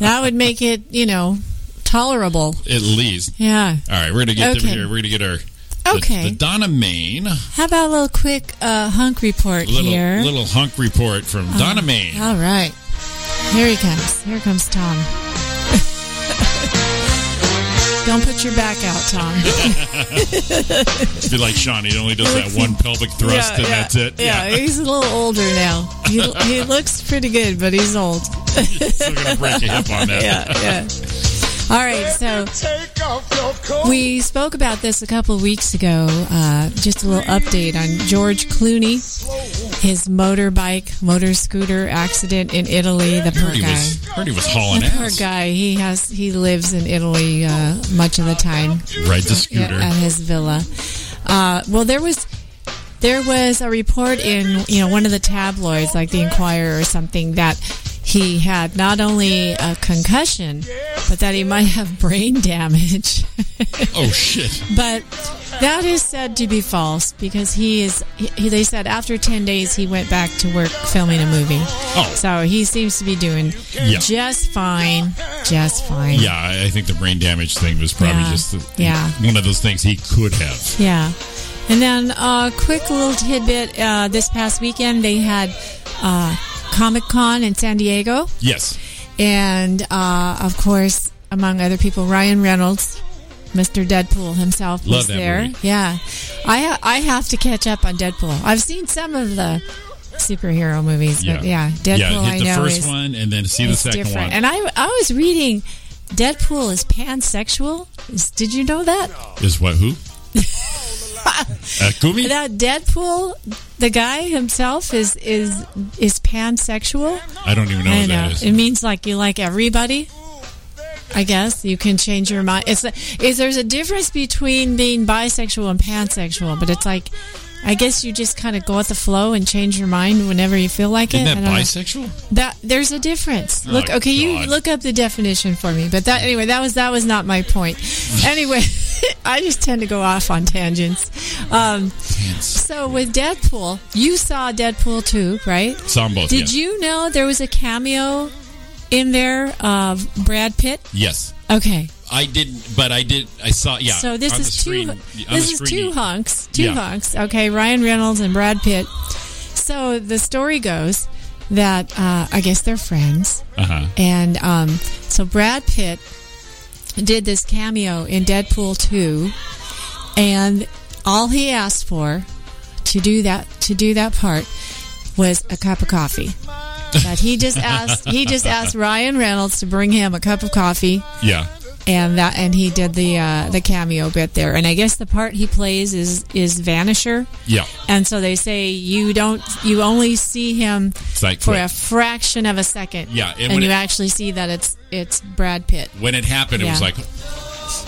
that would make it, you know, tolerable. At least. Yeah. All right, we're gonna get them Okay. here. We're gonna get our the- Okay. the, Donna Main How about a little quick uh, hunk report little here? Uh, little hunk report from Donna Main. All right. Here he comes. Here comes Tom. Don't put your back out, Tom. It'd be like Sean. He only does that one pelvic thrust and that's it. Oh, Yeah, he's a little older now. He, he looks pretty good, but he's old. still gonna break a hip on that. Yeah, yeah. All right, so we spoke about this a couple of weeks ago. Uh, just a little update on George Clooney, his motorbike, motor scooter accident in Italy. The poor Heard he guy. was heard he was hauling The poor ass. guy. He has he lives in Italy uh, much of the time Rides a scooter. yeah, at his villa. Uh, well, Uh, there was There was a report in you know one of the tabloids, like the Inquirer or something, that he had not only a concussion, but that he might have brain damage. Oh shit! But that is said to be false because he is. He, they said after ten days he went back to work filming a movie. Oh. so he seems to be doing Yeah. just fine, just fine. Yeah, I I think the brain damage thing was probably Yeah. just the, Yeah. one of those things he could have. Yeah. And then a uh, quick little tidbit uh, this past weekend, they had uh, Comic Con in San Diego. Yes. And uh, of course, among other people, Ryan Reynolds. Mr. Deadpool himself Love was that there. movie. Yeah, I ha- I have to catch up on Deadpool. I've seen some of the superhero movies, but yeah, Deadpool Yeah, I hit the know first is, one and then see the is second different. one. And I I was reading Deadpool is pansexual. Is- Did you know that? Is what who? uh, Gumi? Now Deadpool, the guy himself is is is pansexual. I don't even know I what know that is. it means like you like everybody. I guess you can change your mind. It's is there's a difference between being bisexual and pansexual, but it's like I guess you just kind of go with the flow and change your mind whenever you feel like Isn't it. that I don't know. bisexual? That there's a difference. look, okay, you God. look up the definition for me. But that anyway, that was that was not my point. Anyway, I just tend to go off on tangents. Um, so with Deadpool, you saw Deadpool too, right? Saw 'em both. Did yes. you know there was a cameo in there of Brad Pitt? Yes. Okay, I didn't, but I did. I saw. Yeah. so this on is the screen, two. on the This is screen, two hunks. Two Yeah. hunks. Okay, Ryan Reynolds and Brad Pitt. So the story goes that uh, I guess they're friends. Uh-huh. And um, so Brad Pitt did this cameo in Deadpool 2, and all he asked for to do that to do that part was a cup of coffee. But he just asked he just asked Ryan Reynolds to bring him a cup of coffee, Yeah. and that and he did the uh, the cameo bit there. And I guess the part he plays is is Vanisher. Yeah. And so they say you don't you only see him It's like for when, a fraction of a second. Yeah, and and, when you it- actually see that it's it's Brad Pitt. when it happened, it was Yeah. like,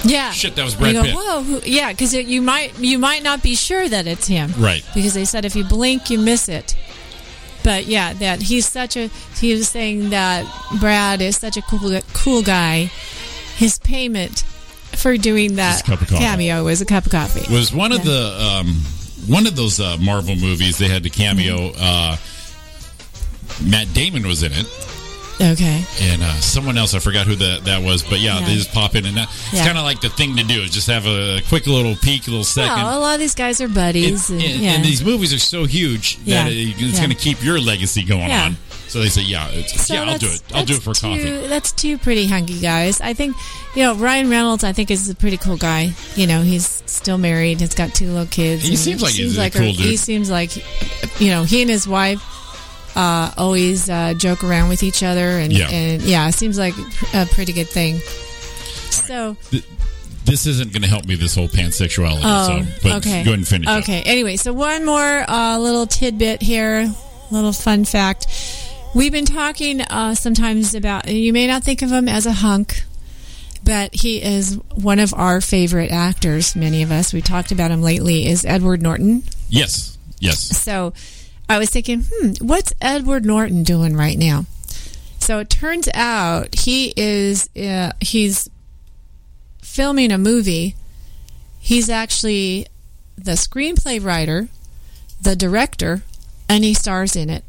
Yeah, Shit, that was And you Brad go, Pitt. Whoa, who, yeah, because you might you might not be sure that it's him, Right. Because they said if you blink, you miss it. But yeah, that he's such a he was saying that Brad is such a cool cool guy. His payment for doing that Just a cup of coffee. cameo was a cup of coffee. was one of Yeah. the um, one of those uh, Marvel movies. They had the cameo. Uh, Mm-hmm. Matt Damon was in it, Okay, and uh, someone else I forgot who that that was. But yeah, Yeah. they just pop in, and that, it's Yeah. kind of like the thing to do is just have a quick little peek, a little second. well, Oh, a lot of these guys are It- buddies, and, and, yeah. and these movies are so huge Yeah. that it, it's Yeah. going to keep your legacy going Yeah. on. So they say, yeah, it's, So yeah, I'll do that's- it. I'll do it that's for two, coffee. That's two pretty hunky guys. I think, you know, Ryan Reynolds. I think is a pretty cool guy. You know, he's still married. He's got two little kids. He and seems like he's a cool dude. He seems like, you know, he and his wife uh, always uh, joke around with each other, and Yeah. and yeah, it seems like a pretty good thing. So, This isn't going to help me. This whole pansexuality. oh, so, but okay. go ahead and finish. up. Okay. Anyway, so one more uh, little tidbit here, little fun fact. We've been talking uh, sometimes about. You may not think of him as a hunk, but he is one of our favorite actors. Many of us we talked about him lately is Edward Norton. Yes. Yes. So I was thinking, hmm, what's Edward Norton doing right now? So it turns out he is uh, he's filming a movie. He's actually the screenplay writer, the director, and he stars in it.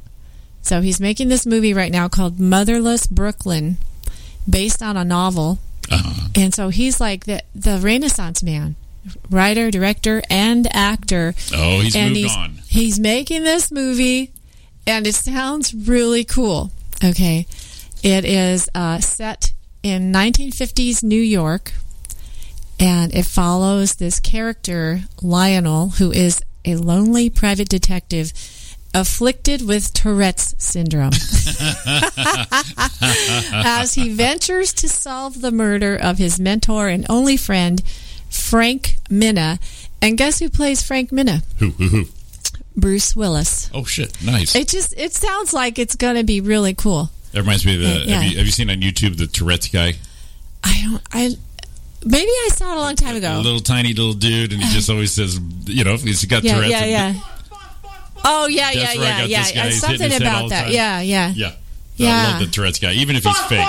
So he's making this movie right now called Motherless Brooklyn, based on a novel. Uh-huh. And so he's like the the Renaissance man, writer, director, and actor Oh, he's and moved he's, on. He's making this movie, and it sounds really cool. Okay, it is uh, set in 1950s New York, and it follows this character Lionel, who is a lonely private detective afflicted with Tourette's syndrome, as he ventures to solve the murder of his mentor and only friend. Frank Minna, and guess who plays Frank Minna? Who? Who? Who? Bruce Willis. Oh shit! Nice. It just it sounds like it's going to be really cool. That reminds me of the. Uh, yeah. Have, you, have you seen on YouTube the Tourette's guy? I don't I maybe I saw it a long time A ago. little tiny little dude, and he just always says, you know, he's got Yeah, Tourette's. yeah, and- yeah. Oh yeah, That's yeah, where I yeah, got yeah. this guy. And He's hitting something his head all about the that. time. Yeah, yeah, Yeah. I Yeah. love the Tourette's guy, even if he's fake.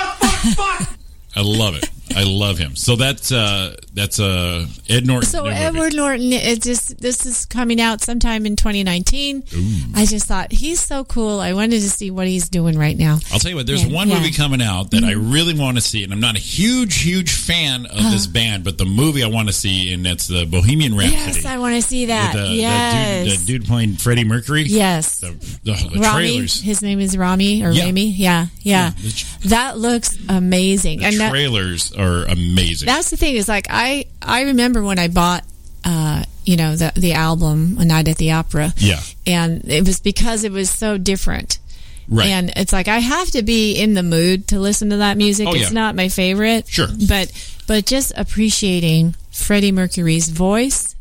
I love it. I love him. So that's uh that's uh Ed Norton. So new movie. Edward Norton, it just this is coming out sometime in 2019. I just thought he's so cool. I wanted to see what he's doing right now. I'll tell you what. There's Yeah, one yeah. Mm-hmm. movie coming out that I really want to see, and I'm not a huge, huge fan of this band, but the movie I want to see, and that's the Bohemian Rhapsody. Yes, I want to see With that. the, yes, the, dude, the dude playing Freddie Mercury. yes. The, the, the Rami, trailers. his name is Rami or Yeah. Rami. Yeah, yeah. the tr- That looks amazing. The and that, trailers are amazing. that's the thing is like I I remember when I bought uh you know the the album A Night at the Opera. Yeah. And it was because it was so different. Right. And it's like I have to be in the mood to listen to that music. Oh, it's yeah. not my favorite. Sure. But but just appreciating Freddie Mercury's voice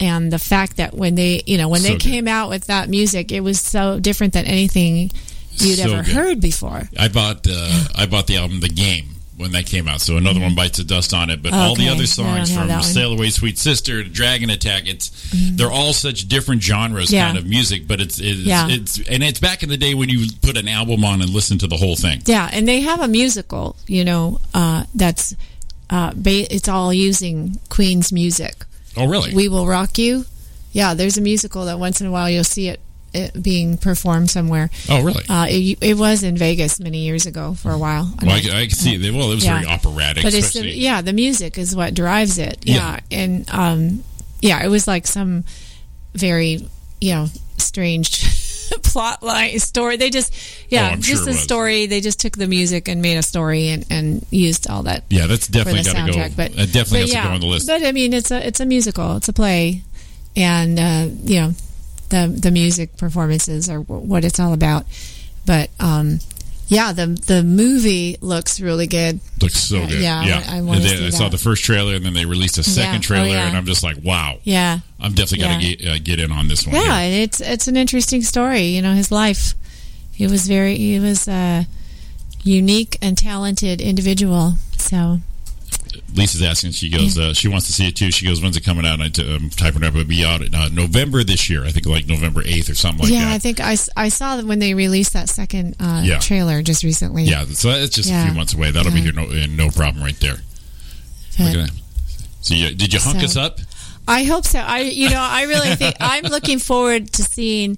and the fact that when they you know when So they good. came out with that music it was so different than anything you'd So ever good. heard before. I bought uh, I bought the album The Game when that came out. So another one bites the dust on it, but all the Mm-hmm. other Okay. No, I don't songs have from that one. Mm-hmm. Sail Away Sweet Sister to Dragon Attack, it's they're all such different genres Yeah. kind of music, but it's it's, Yeah. it's and it's back in the day when you put an album on and listen to the whole thing. Yeah, and they have a musical, you know, uh, that's uh, ba- it's all using Queen's music. Oh really? We Will Rock You. Yeah, there's a musical that once in a while you'll see it, it being performed somewhere. oh really? Uh, it, it was in Vegas many years ago for a while. well, I, I can see. They, well, it was Yeah. very operatic, but it's the, especially. yeah, the music is what drives it. Yeah. Yeah, and um, yeah, it was like some very you know strange plot line story. They just Oh, yeah, I'm sure just it a was. story. They just took the music and made a story and and used all that Yeah, that's definitely for the got to go. soundtrack. But that but definitely has yeah. to go on the list. But I mean, it's a it's a musical. It's a play, and uh, you know, the the music performances are w- what it's all about. But um, yeah, the the movie looks really good. Looks so good. Yeah, I yeah. wa- I wanna They- see I saw that. the first trailer, and then they released a second Yeah. Oh, trailer, yeah. and I'm just like, wow. Yeah, I'm definitely got to Yeah. get, uh, get in on this one. yeah, and it's it's an interesting story. You know, his life. He was very he was a unique and talented individual. So Lisa's asking. She goes. Uh, she wants to see it too. She goes. When's it coming out? And I t- um, I'm typing it up. It'll be out in, uh, November this year. I think like November eighth or something like yeah, that. I think I, s- I saw that when they released that second uh, Yeah. trailer just recently. yeah. So it's just a Yeah. few months away. That'll be Yeah. here. No, uh, no problem. Right there. But- Look at that. So you, did you hunk So- us up? I hope so. I, you know, I really think I'm looking forward to seeing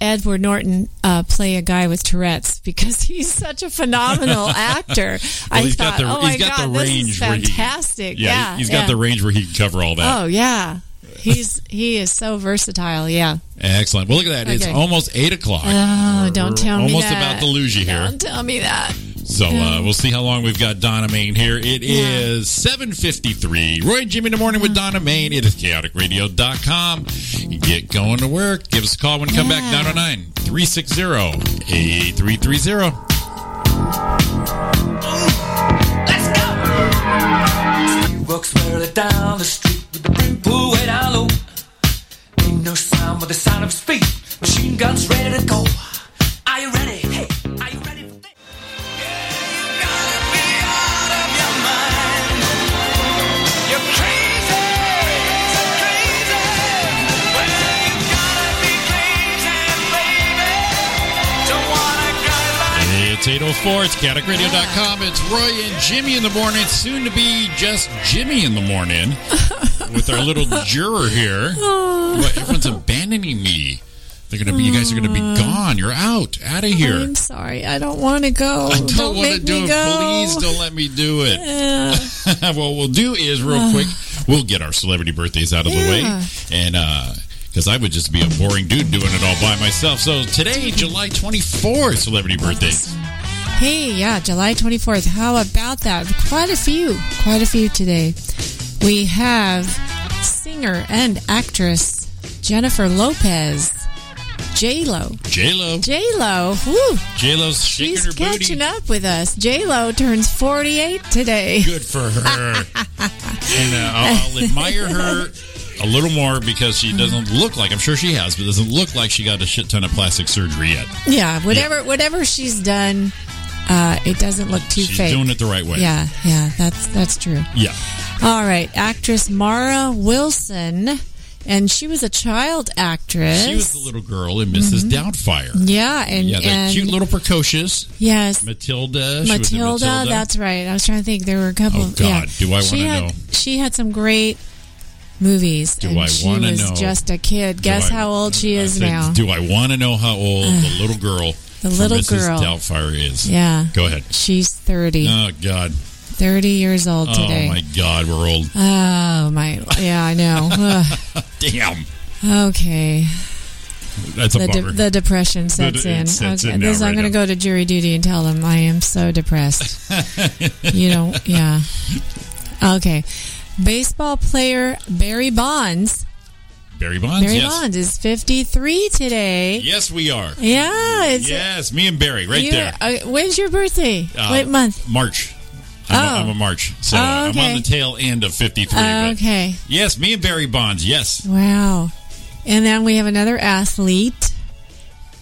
Edward Norton uh, play a guy with Tourette's because he's such a phenomenal actor. I he's got thought, the- oh he's my got the god, this range is where he- fantastic. Yeah. yeah, he's got yeah. the range where he can cover all that. Oh yeah, he's he is so versatile. Yeah. Excellent. Well, look at that. It's Okay. almost eight o'clock. Oh, don't tell me almost that. about to lose you here. Don't tell me that. So uh, we'll see how long we've got Donna Main here. It is 7.53. Roy and Jimmy in the morning with Donna Main. It is chaoticradio.com. Get going to work. Give us a call when you come Yeah. back. 909-360-8330. Walk squarely down the street with the brim pulled way down low. Ain't no sound but the sound of speed. Machine guns ready to go. Are you ready? Hey, are you ready for this? It's 804. It's chaoticradio.com. It's Roy and Jimmy in the morning. It's soon to be just Jimmy in the morning with our little juror here. What, everyone's abandoning me. They're gonna be. You guys are gonna be gone. You're out. Out of here. I'm sorry. I don't want to go. I don't, want to make do me it. go. Please don't let me do it. Yeah. Uh. what we'll do is real quick, we'll get our celebrity birthdays out of the Yeah. way, and because I would just be a boring dude doing it all by myself. So today, July twenty fourth, celebrity birthdays. Hey, yeah, July 24th. How about that? Quite a few, quite a few today. We have singer and actress Jennifer Lopez, J Lo. J Lo, J Lo, whoo, J Lo's shaking she's her booty. catching up with us. J Lo turns 48 today. Good for her. and uh, I'll, I'll admire her a little more because she Mm-hmm. doesn't look like. I'm sure she has, but doesn't look like she got a shit ton of plastic surgery yet. Yeah, whatever, whatever she's done, uh, it doesn't look too She's fake. doing it the right way. yeah, yeah, that's that's true. Yeah. All right, actress Mara Wilson and she was a child actress. She was the little girl in missus Doubtfire. yeah, and Yeah, the Mm-hmm. and cute little precocious yes, Matilda. she was in Matilda, That's right. I was trying to think. There were a couple. Oh, of- God, yeah. do I She wanna had- know. She had some great movies. Do and I she wanna was know? Just a kid. Do Guess I- how old she I is said, now. Do I want to know how old the little girl, The from little Mrs. girl. Doubtfire is? Yeah, Go ahead. she's thirty. Oh God. 30 years old today. Oh my God, we're old. Oh my! Yeah, I know. Ugh. Damn, okay, that's a the, de- bummer. the depression sets it in. sets okay. in now, this, I'm right going to now. go to jury duty and tell them I am so depressed. you know, yeah. Okay, baseball player Barry Bonds. Barry Bonds. Barry yes. Bonds is 53 today. Yes, we are. Yeah, it's Yes, me and Barry, right you- there. uh, when's your birthday? Uh, what month? March. I'm, Oh. a, I'm a March, so Oh, I'm okay. on the tail end of 53. but okay. Yes, me and Barry Bonds. Yes, Wow. And then we have another athlete,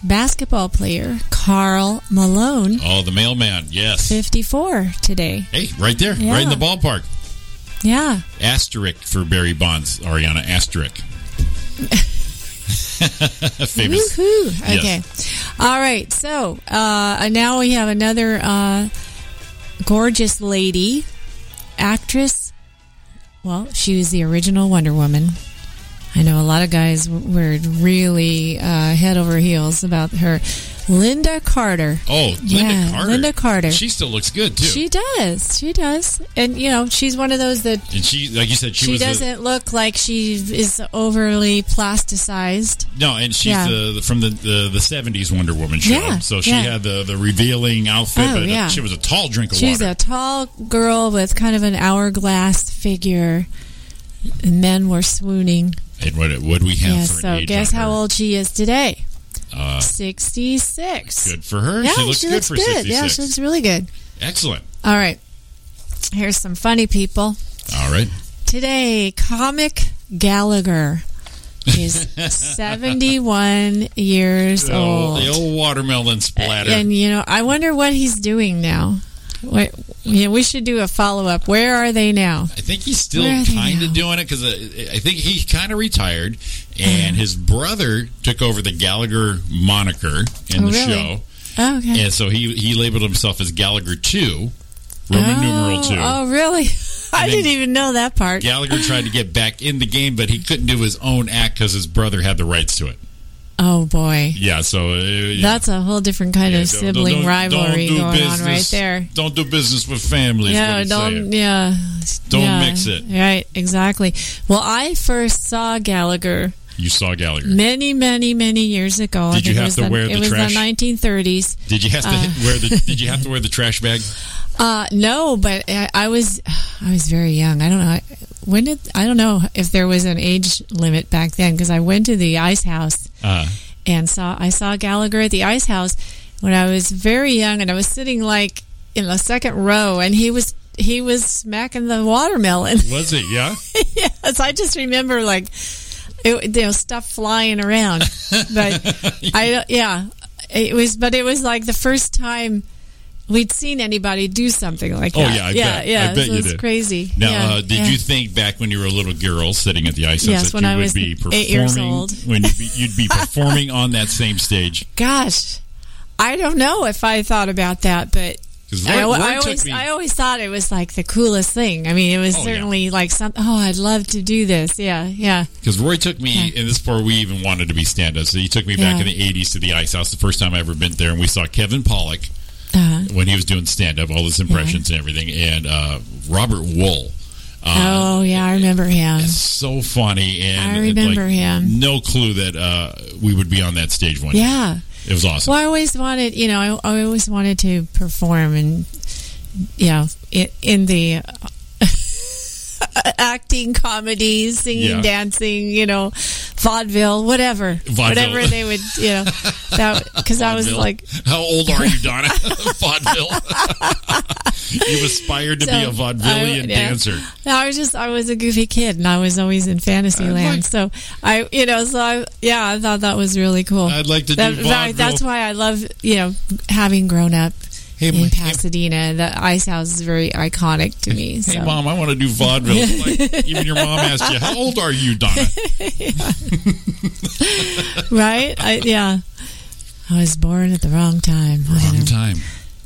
basketball player, Carl Malone, oh, the mailman. Yes. 54 today. Hey, right there, Yeah. right in the ballpark. Yeah. Asterisk for Barry Bonds, Ariana. Asterisk. Famous. Woohoo. Okay. All right. So uh, now we have another uh, gorgeous lady, actress. Well, she was the original Wonder Woman. I know a lot of guys w- were really uh, head over heels about her. Linda Carter. Oh, Linda Yeah, Carter. Linda Carter. She still looks good too. She does. She does. And, you know, she's one of those that and she, like you said, she, she was the- doesn't look like she is overly plasticized. No, and she's Yeah. the, the- from the, the the '70s Wonder Woman show. Yeah, so she yeah. had the the revealing outfit, Oh, but yeah. she was a tall drink of She's water. a tall girl with kind of an hourglass figure. And men were swooning. and what what do we have Yeah, for so an age guess on how her? old she is today? Uh, 66. Good for her. Yeah, she looks good for good. 66. Yeah, she looks really good. Excellent. All right. Here's some funny people. All right. Today, comic Gallagher is 71 years The old. old, the old watermelon splatter. And you know, I wonder what he's doing now. What, yeah, we should do a follow up. Where are they now? I think he's still Where are they kind now? of doing it because I think he kind of retired, Uh-huh. and his brother took over the Gallagher moniker in Oh, the really? show, Oh, okay. and so he he labeled himself as Gallagher Two, Roman oh, numeral Two. Oh, really? I then- didn't even know that part. Gallagher tried to get back in the game, but he couldn't do his own act because his brother had the rights to it. Oh boy, Yeah, so uh, yeah. that's a whole different kind Yeah, of don't- sibling don't- don't rivalry do going business- on right there. Don't do business with families. Yeah, don't. Yeah, Don't yeah. mix it. Right, exactly. Well, I first saw Gallagher You saw Gallagher. many, many, many years ago. I Did you think it have was to the, wear it the was trash? the 1930s. Did you have to hit- wear the Did you have to wear the trash bag? Uh, no, but I, I was I was very young. I don't know I- when did I don't know if there was an age limit back then because I went to the Ice House Uh, and saw I saw Gallagher at the Ice House when I was very young and I was sitting like in the second row and he was he was smacking the watermelon. was it? Yeah. yes, I just remember like it, you know stuff flying around, but I don't- yeah it was but it was like the first time we'd seen anybody do something like Oh, that. yeah, I yeah, bet. yeah. I bet so you it's did. crazy. Now, yeah, uh, did yeah. you think back when you were a little girl sitting at the ice house Yes, that when you I would was be performing eight years old. when you'd be, you'd be performing on that same stage? Gosh, I don't know if I thought about that, but. 'Cause I, Roy- Roy I took always, me- I always thought it was like the coolest thing. I mean, it was Oh, yeah. certainly like something. Oh, I'd love to do this. Yeah, yeah. Because Roy took me, Yeah. and this is before we even wanted to be stand up. So he took me back Yeah. in the 80s to the ice house, the first time I ever been there, and we saw Kevin Pollock Uh, when he was doing stand up, all his impressions and everything, and uh, Robert Wool. Uh, oh, yeah, I remember him. It's so funny, and I and, remember like, him. No clue that uh, we would be on that stage one. day. Yeah. it was awesome. Well, I always wanted, you know, I, I always wanted to perform and, you know, in, in the acting, comedy, singing, Yeah. dancing, you know, vaudeville, whatever, Vaudeville. whatever they would, you know, that because I was Vaudeville. like, "How old are you, Donna?" vaudeville. you aspired to be So, a vaudevillian I- yeah. dancer. No, I was just I was a goofy kid and I was always in Fantasyland. like- so I, you know, so I, yeah, I thought that was really cool. I'd like to do That- that- vaudeville. That's why I love you know having grown up Hey, in m- hey- Pasadena. The Ice House is very iconic to me. Hey, so. mom, I want to do vaudeville. It's like, even your mom asked you, "How old are you, Donna?" right? I, yeah. I was born at the wrong time. I don't Wrong know. time.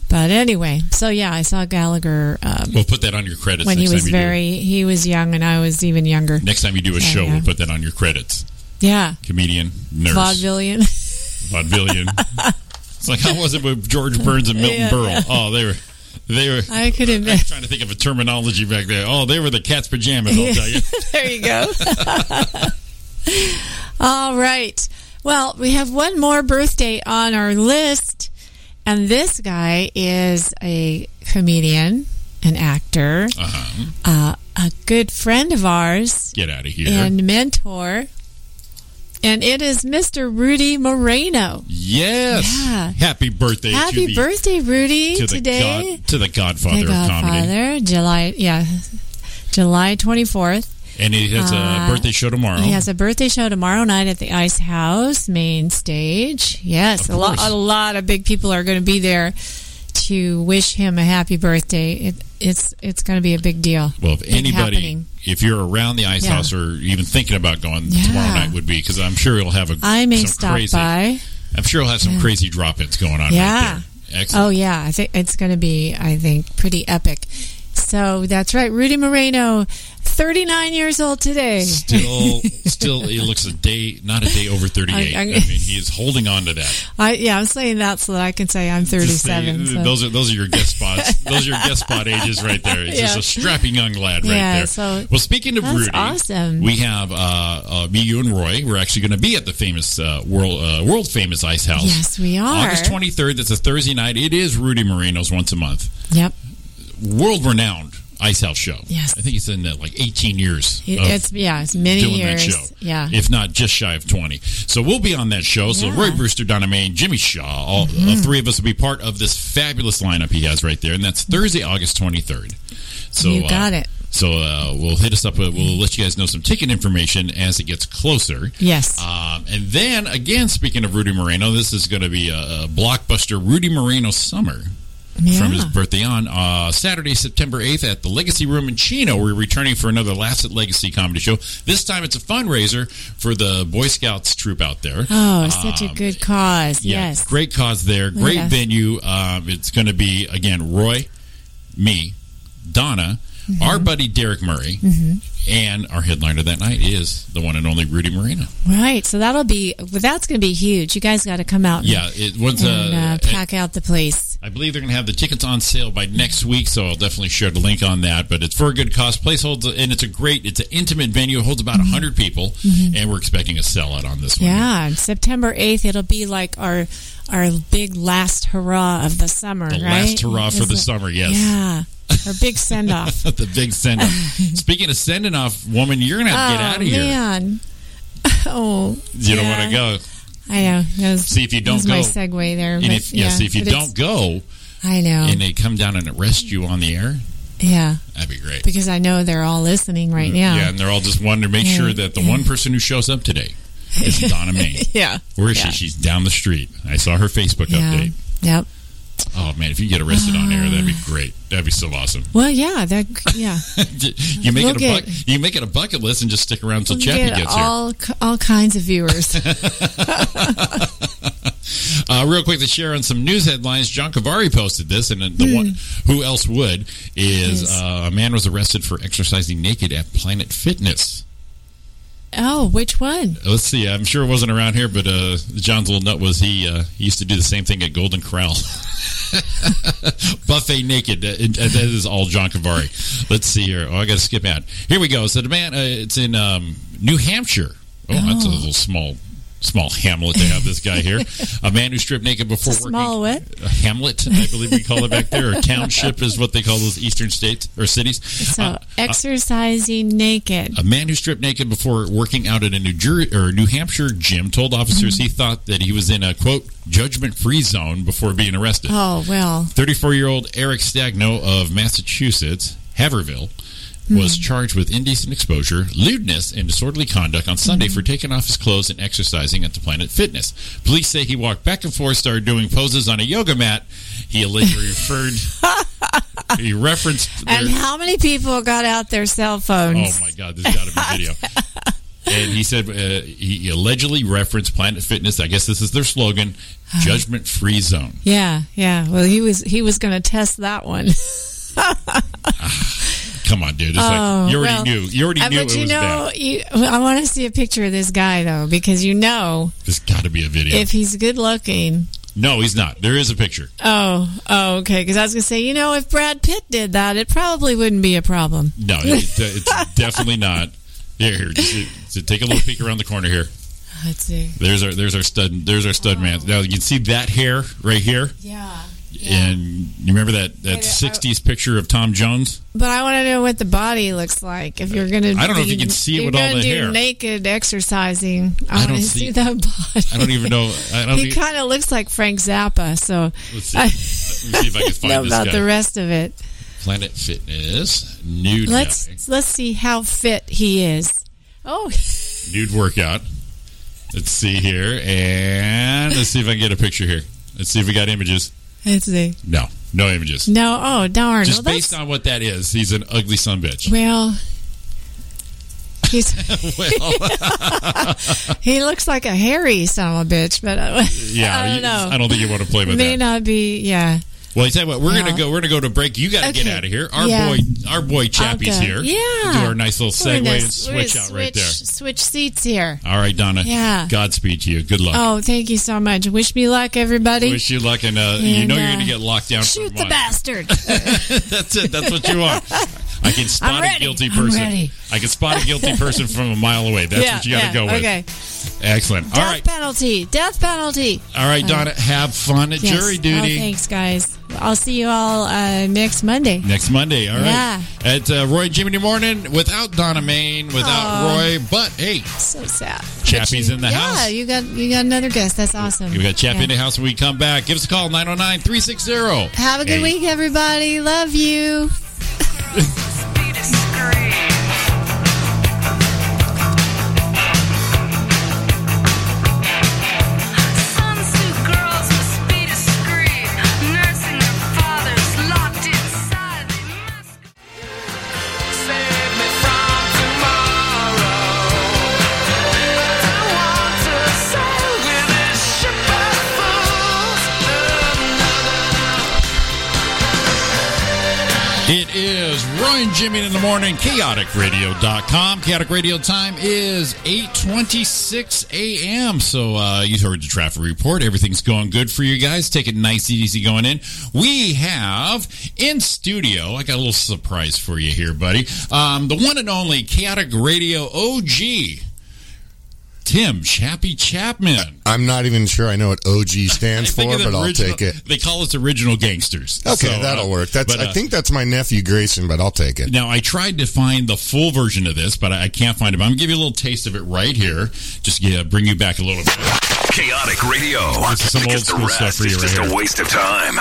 But anyway, so yeah, I saw Gallagher um, We'll put that on your credits when next he was time you very he was young and I was even younger. do. Next time you do a Yeah, show, yeah. we'll put that on your credits. Yeah, Comedian, nurse, vaudevillian. vaudevillian. it's like how was it with George Burns and Milton Yeah, Berle? yeah. Oh, they were, they were. I could have I'm been. trying to think of a terminology back there. Oh, they were the cat's pajamas. I'll tell you. there you go. All right. Well, we have one more birthday on our list, and this guy is a comedian, an actor, Uh-huh. uh, a good friend of ours. Get out of here. and mentor. And it is Mr. Rudy Moreno. yes. Yeah. Happy birthday. to Happy the, birthday, Rudy, to the today. God, to the Godfather, the of comedy, Godfather, July, yeah, July 24th. and he has Uh, a birthday show tomorrow. He has a birthday show tomorrow night at the Ice House main stage. Yes, Of a lot, course. a lot of big people are going to be there to wish him a happy birthday. It, it's it's going to be a big deal. Well, if Big anybody, happening. if you're around the ice Yeah. house or even thinking about going Yeah. tomorrow night, would be because I'm sure he'll have a. I may some stop crazy, by. I'm sure he'll have some Yeah. crazy drop-ins going on. Yeah. Right there. Excellent. Oh yeah, I think it's going to be. I think pretty epic. So that's right, Rudy Moreno, thirty-nine years old today. Still, still, it looks a day, not a day over 38. I, I- I- mean, he is holding on to that. I yeah, I'm saying that so that I can say I'm Just say- uh, thirty-seven. so- Those are those are your guest spots. those are your guest spot ages right there. It's just Yeah. a strapping young lad right Yeah, there. so well, speaking of that's Rudy, awesome. we have uh, uh, me, you, and Roy. We're actually going to be at the famous uh, world uh, world famous Ice House. Yes, we are. August 23rd. That's a Thursday night. It is Rudy Moreno's once a month, Yep, world renowned ice house show. Yes. I think it's in uh, like 18 years. It- of it's yeah, it's many Oh. doing years. that show. Yeah, If not just shy of 20. So we'll be on that show. So Yeah. Mm-hmm. Roy Brewster, Donna May, and Jimmy Shaw, all, all three of us will be part of this fabulous lineup he has right there. And that's Thursday, August 23rd. So You got uh, it. So uh, we'll hit us up. With, we'll let you guys know some ticket information as it gets closer. yes, Um, and then again, speaking of Rudy Moreno, this is going to be a, a blockbuster Rudy Moreno summer yeah. from his birthday on uh, Saturday, September 8th at the Legacy Room in Chino. We're returning for another Laughs at Legacy comedy show. This time it's a fundraiser for the Boy Scouts troop out there. oh, such a Um, good cause. yeah, yes, Great cause there. Great Yes. venue. Um, it's going to be, again, Roy, me, Donna, Mm-hmm. our buddy Derek Murray, and our headliner that night is the one and only Rudy Moreno. right. So that'll be well, that's going to be huge. You guys got to come out. and- Yeah, it was and uh, uh, pack out the place. I believe they're going to have the tickets on sale by next week, so I'll definitely share the link on that. But it's for a good cost. Place holds, and it's a great, it's an intimate venue. It holds about 100 people, and we're expecting a sellout on this one. Mm-hmm. Yeah, and September eighth, it'll be like our our big last hurrah of the summer, The right? last hurrah for Is the it- summer, yes. Yeah, our big send off. the big send off. Speaking of sending off, woman, you're going to have to get out of here. Oh, man. Oh, You don't yeah. want to go. I know. That was, See, if you that don't was go- my segue there. And but if, yeah, see, if you but don't it's- go I know. and they come down and arrest you on the air, yeah, that'd be great. because I know they're all listening right now. Yeah, and they're all just wanting to make Yeah, sure that the Oh. yeah. one person who shows up today is Donna Main. yeah, Where is Yeah. she? She's down the street. I saw her Facebook yeah. update. Yep. Oh man, if you get arrested on air, that'd be Ah. great. That'd be so awesome. Well, yeah, that yeah. you make it a Look at- buck, you make it a bucket list and just stick around until We Chappie get gets here. all all kinds of viewers. Uh, real quick to share on some news headlines. John Cavari posted this, and the one who else would is Hmm. Yes. uh, a man was arrested for exercising naked at Planet Fitness. oh, which one? Let's see. I'm sure it wasn't around here, but uh, John's little nut was he, uh, he used to do the same thing at Golden Corral. Buffet naked. Uh, it- uh, That is all John Cavari. Let's see here. Oh, I got to skip out. Here we go. So the man, uh, it's in um, New Hampshire. Oh, that's a Oh. little small, small hamlet to have this guy here. a man who stripped naked before working. Small what? a hamlet, I believe we call it back there, or township is what they call those eastern states or cities. So Uh, exercising naked. a man who stripped naked before working out at a New Jersey or New Hampshire gym told officers he thought that he was in a quote judgment free zone before being arrested. Oh well. 34 year old Eric Stagno of Massachusetts, Haverhill, Hmm. was charged with indecent exposure, lewdness, and disorderly conduct on Sunday Hmm. for taking off his clothes and exercising at the Planet Fitness. Police say he walked back and forth, started doing poses on a yoga mat. He allegedly referred. He referenced. And their- how many people got out their cell phones? Oh my God, there's got to be video. And he said uh, he allegedly referenced Planet Fitness. I guess this is their slogan: "Judgment Free Zone." Yeah, yeah. Well, he was he was going to test that one. Come on, dude! It's Oh, like you already well, knew. You already Uh, knew it but you was know, bad. you, I want to see a picture of this guy though, because you know There's got to be a video. if he's good looking. no, he's not. There is a picture. Oh, oh, okay. Because I was going to say, you know, if Brad Pitt did that, it probably wouldn't be a problem. No, it, it's definitely not. Here, here just, just take a little peek around the corner here. Let's see. There's our there's our stud there's our stud man. Now you can see that hair right here, Yeah. and you remember that that '60s picture of Tom Jones. But I want to know what the body looks like. If you're going to, I don't know if you can see it with all the do hair. Naked exercising. I I, want don't to see- see that body. I don't even know. I don't. e- he even, kind of looks like Frank Zappa, so let's see. I Let me see if I can find know this about guy. the rest of it. Planet Fitness nude Let's guy. let's see how fit he is. Oh, nude workout. Let's see here, and let's see if I can get a picture here. Let's see if we got images. let's see. No, no images. No, oh darn. Just well, based that's- on what that is, he's an ugly son bitch. well, he's well, he looks like a hairy son of a bitch, but uh, yeah, I you- don't know. I don't think you want to play with May that. not be. Yeah, Well, you tell you what, we're gonna Yeah. go. We're gonna go to break. You got to get Okay. out of here. Our Yeah. boy, our boy Chappie's Okay. here. Yeah. do our nice little We're segue and gonna- we're gonna switch out right there. switch- Switch seats here. All right, Donna. Yeah. Godspeed to you. Good luck. Oh, thank you so much. Wish me luck, everybody. Wish you luck, and, uh, you And, know you're uh, going to get locked down. for a Shoot the month. bastard. That's it. That's what you want. I can I'm spot a ready. guilty I'm person. ready. I can spot a guilty person from a mile away. That's Yeah, what you got to yeah, go with. Okay. Excellent. All Death right. penalty. Death penalty. All right, Donna. Have fun at Yes. jury Oh, duty. thanks, guys. I'll see you all uh, next Monday. Next Monday, all right. Yeah. At uh, Roy and Jiminy Morning without Donna Main, without Roy. But hey, So sad. Chappie's But you- in the yeah, house. you got you got another guest. That's awesome. we got Chappie Yeah. in the house when we come back. Give us a call 909 360. Have a good week, everybody. Love you. Save me from tomorrow. I want to sail with this ship of fools. It is Roy and Jimmy in the morning, chaoticradio.com. Chaotic Radio time is 8.26 a.m. So uh, you heard the traffic report. Everything's going good for you guys. Take it nice and easy going in. We have in studio, I got a little surprise for you here, buddy. Um, the one and only Chaotic Radio OG, Tim Chappie Chapman. I'm not even sure I know what OG stands I think for, of the but I'll original- take it. They call us original gangsters. Okay, So, uh, that'll work. That's but, uh, I think that's my nephew Grayson, but I'll take it. Now I tried to find the full version of this, but I I can't find it. But I'm gonna give you a little taste of it right here. Just yeah, bring you back a little bit. Chaotic Radio. This is some old Because the school stuff rest for you is right just a here. waste of time.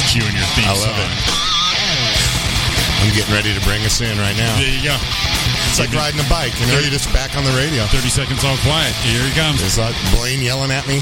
It's you and your theme I love song. I'm getting ready to bring us in right now. There you go. It's like riding a bike, you know, you're just back on the radio. Thirty seconds all quiet. Here he comes. Is that Blaine yelling at me?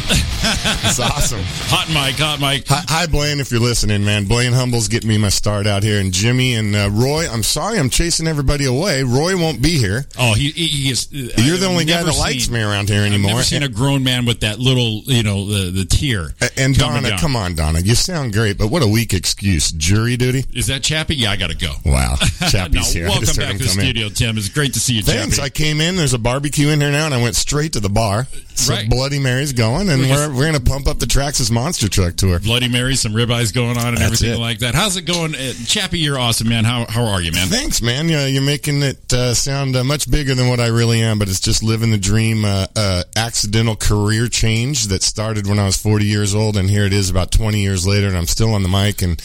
It's awesome. Hot mic, hot mic. Hi, hi, Blaine, if you're listening, man. Blaine Humble's getting me my start out here, and Jimmy and uh, Roy. I'm sorry, I'm chasing everybody away. Roy won't be here. Oh, he, he, he is. uh, You're the only guy that likes me around here I've anymore. never seen a grown man with that little, you know, the the tear. A- And coming Donna, down. come on, Donna. You sound great, but what a weak excuse. Jury duty? Is that Chappie? Yeah, I gotta go. Wow. Chappie's no, here. I welcome just heard back him to the come in. studio, Tim. It's great to see you, Thanks. I Chappie. came in. There's a barbecue in here now, and I went straight to the bar. So Right. Bloody Mary's going, and We're we're, just- we're, going to pump up the Traxxas Monster Truck tour. Bloody Mary, some ribeyes going on, and That's everything it. like that. How's it going, Uh, Chappie? You're awesome, man. How how are you, man? Thanks, man. You're, you're making it uh, sound uh, much bigger than what I really am, but it's just living the dream. Uh, uh, accidental career change that started when I was 40 years old, and here it is about 20 years later, and I'm still on the mic and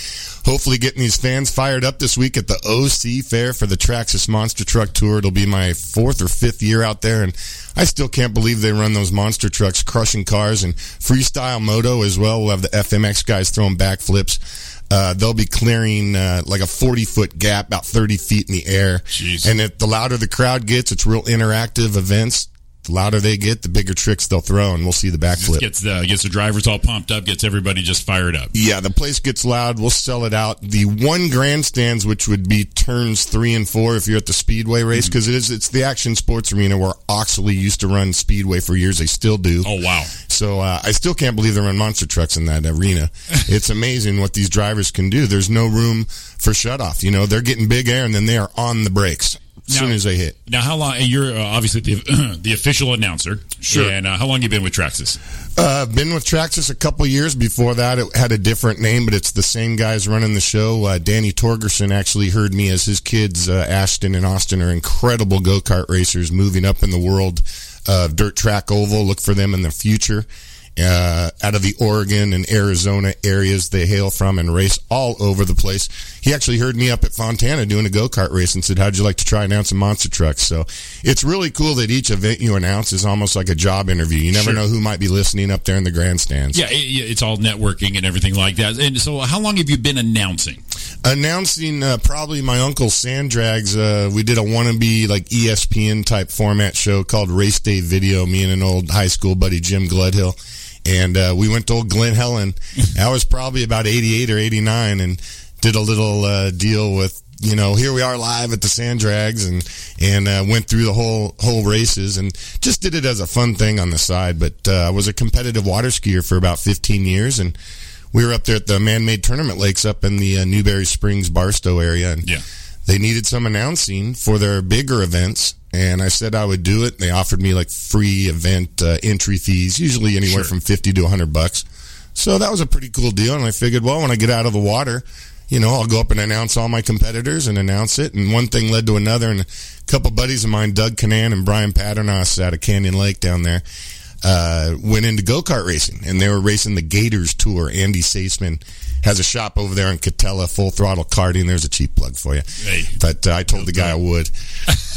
hopefully getting these fans fired up this week at the OC Fair for the Traxxas Monster Truck Tour. It'll be my fourth or fifth year out there, and I still can't believe they run those monster trucks crushing cars and freestyle moto as well. We'll have the FMX guys throwing backflips. uh, they'll be clearing uh, like a 40 foot gap, about 30 feet in the air. Jeez. And if the louder the crowd gets, it's real interactive events. The louder they get, the bigger tricks they'll throw, and we'll see the backflip. Gets the gets the drivers all pumped up, gets everybody just fired up. Yeah, the place gets loud. We'll sell it out. The one grandstands, which would be turns three and four, if you're at the speedway race, Mm-hmm. because it is it's the action sports arena where Oxley used to run speedway for years. They still do. Oh wow! So uh, I still can't believe they run monster trucks in that arena. It's amazing what these drivers can do. There's no room for shut off. You know, they're getting big air and then they are on the brakes as soon Now- as they hit. Now how long? You're uh, obviously the the official announcer. Sure. And uh, how long you been with Traxxas? Uh, been with Traxxas a couple years. Before that, it had a different name, but it's the same guys running the show. Uh, Danny Torgerson actually heard me as his kids, uh, Ashton and Austin, are incredible go kart racers moving up in the world of dirt track oval. Look for them in the future. Uh, out of the Oregon and Arizona areas they hail from and race all over the place. He actually heard me up at Fontana doing a go kart race and said, How'd you like to try announcing monster trucks? So it's really cool that each event you announce is almost like a job interview. You never Sure. know who might be listening up there in the grandstands. Yeah, it, it's all networking and everything like that. And so, how long have you been announcing? Announcing uh, probably my uncle Sandrags, uh, we did a wannabe like E ESPN type format show called Race Day Video. Me and an old high school buddy Jim Gledhill, and uh, we went to old Glen Helen. I was probably about eighty eight or eighty nine, and did a little uh, deal with you know here we are live at the Sandrags, and and uh, went through the whole whole races, and just did it as a fun thing on the side. But uh, I was a competitive water skier for about fifteen years, and we were up there at the man-made tournament lakes up in the uh, Newberry Springs Barstow area, and Yeah. they needed some announcing for their bigger events. And I said I would do it. And they offered me like free event uh, entry fees, usually anywhere Sure. from fifty to hundred bucks. So that was a pretty cool deal. And I figured, well, when I get out of the water, you know, I'll go up and announce all my competitors and announce it. And one thing led to another. And a couple buddies of mine, Doug Canan and Brian Paternos out of Canyon Lake down there, uh, went into go kart racing. And they were racing the Gators Tour. Andy Saisman has a shop over there in Catella, full throttle karting. There's a cheap plug for you. Hey. But uh, I told the guy I would.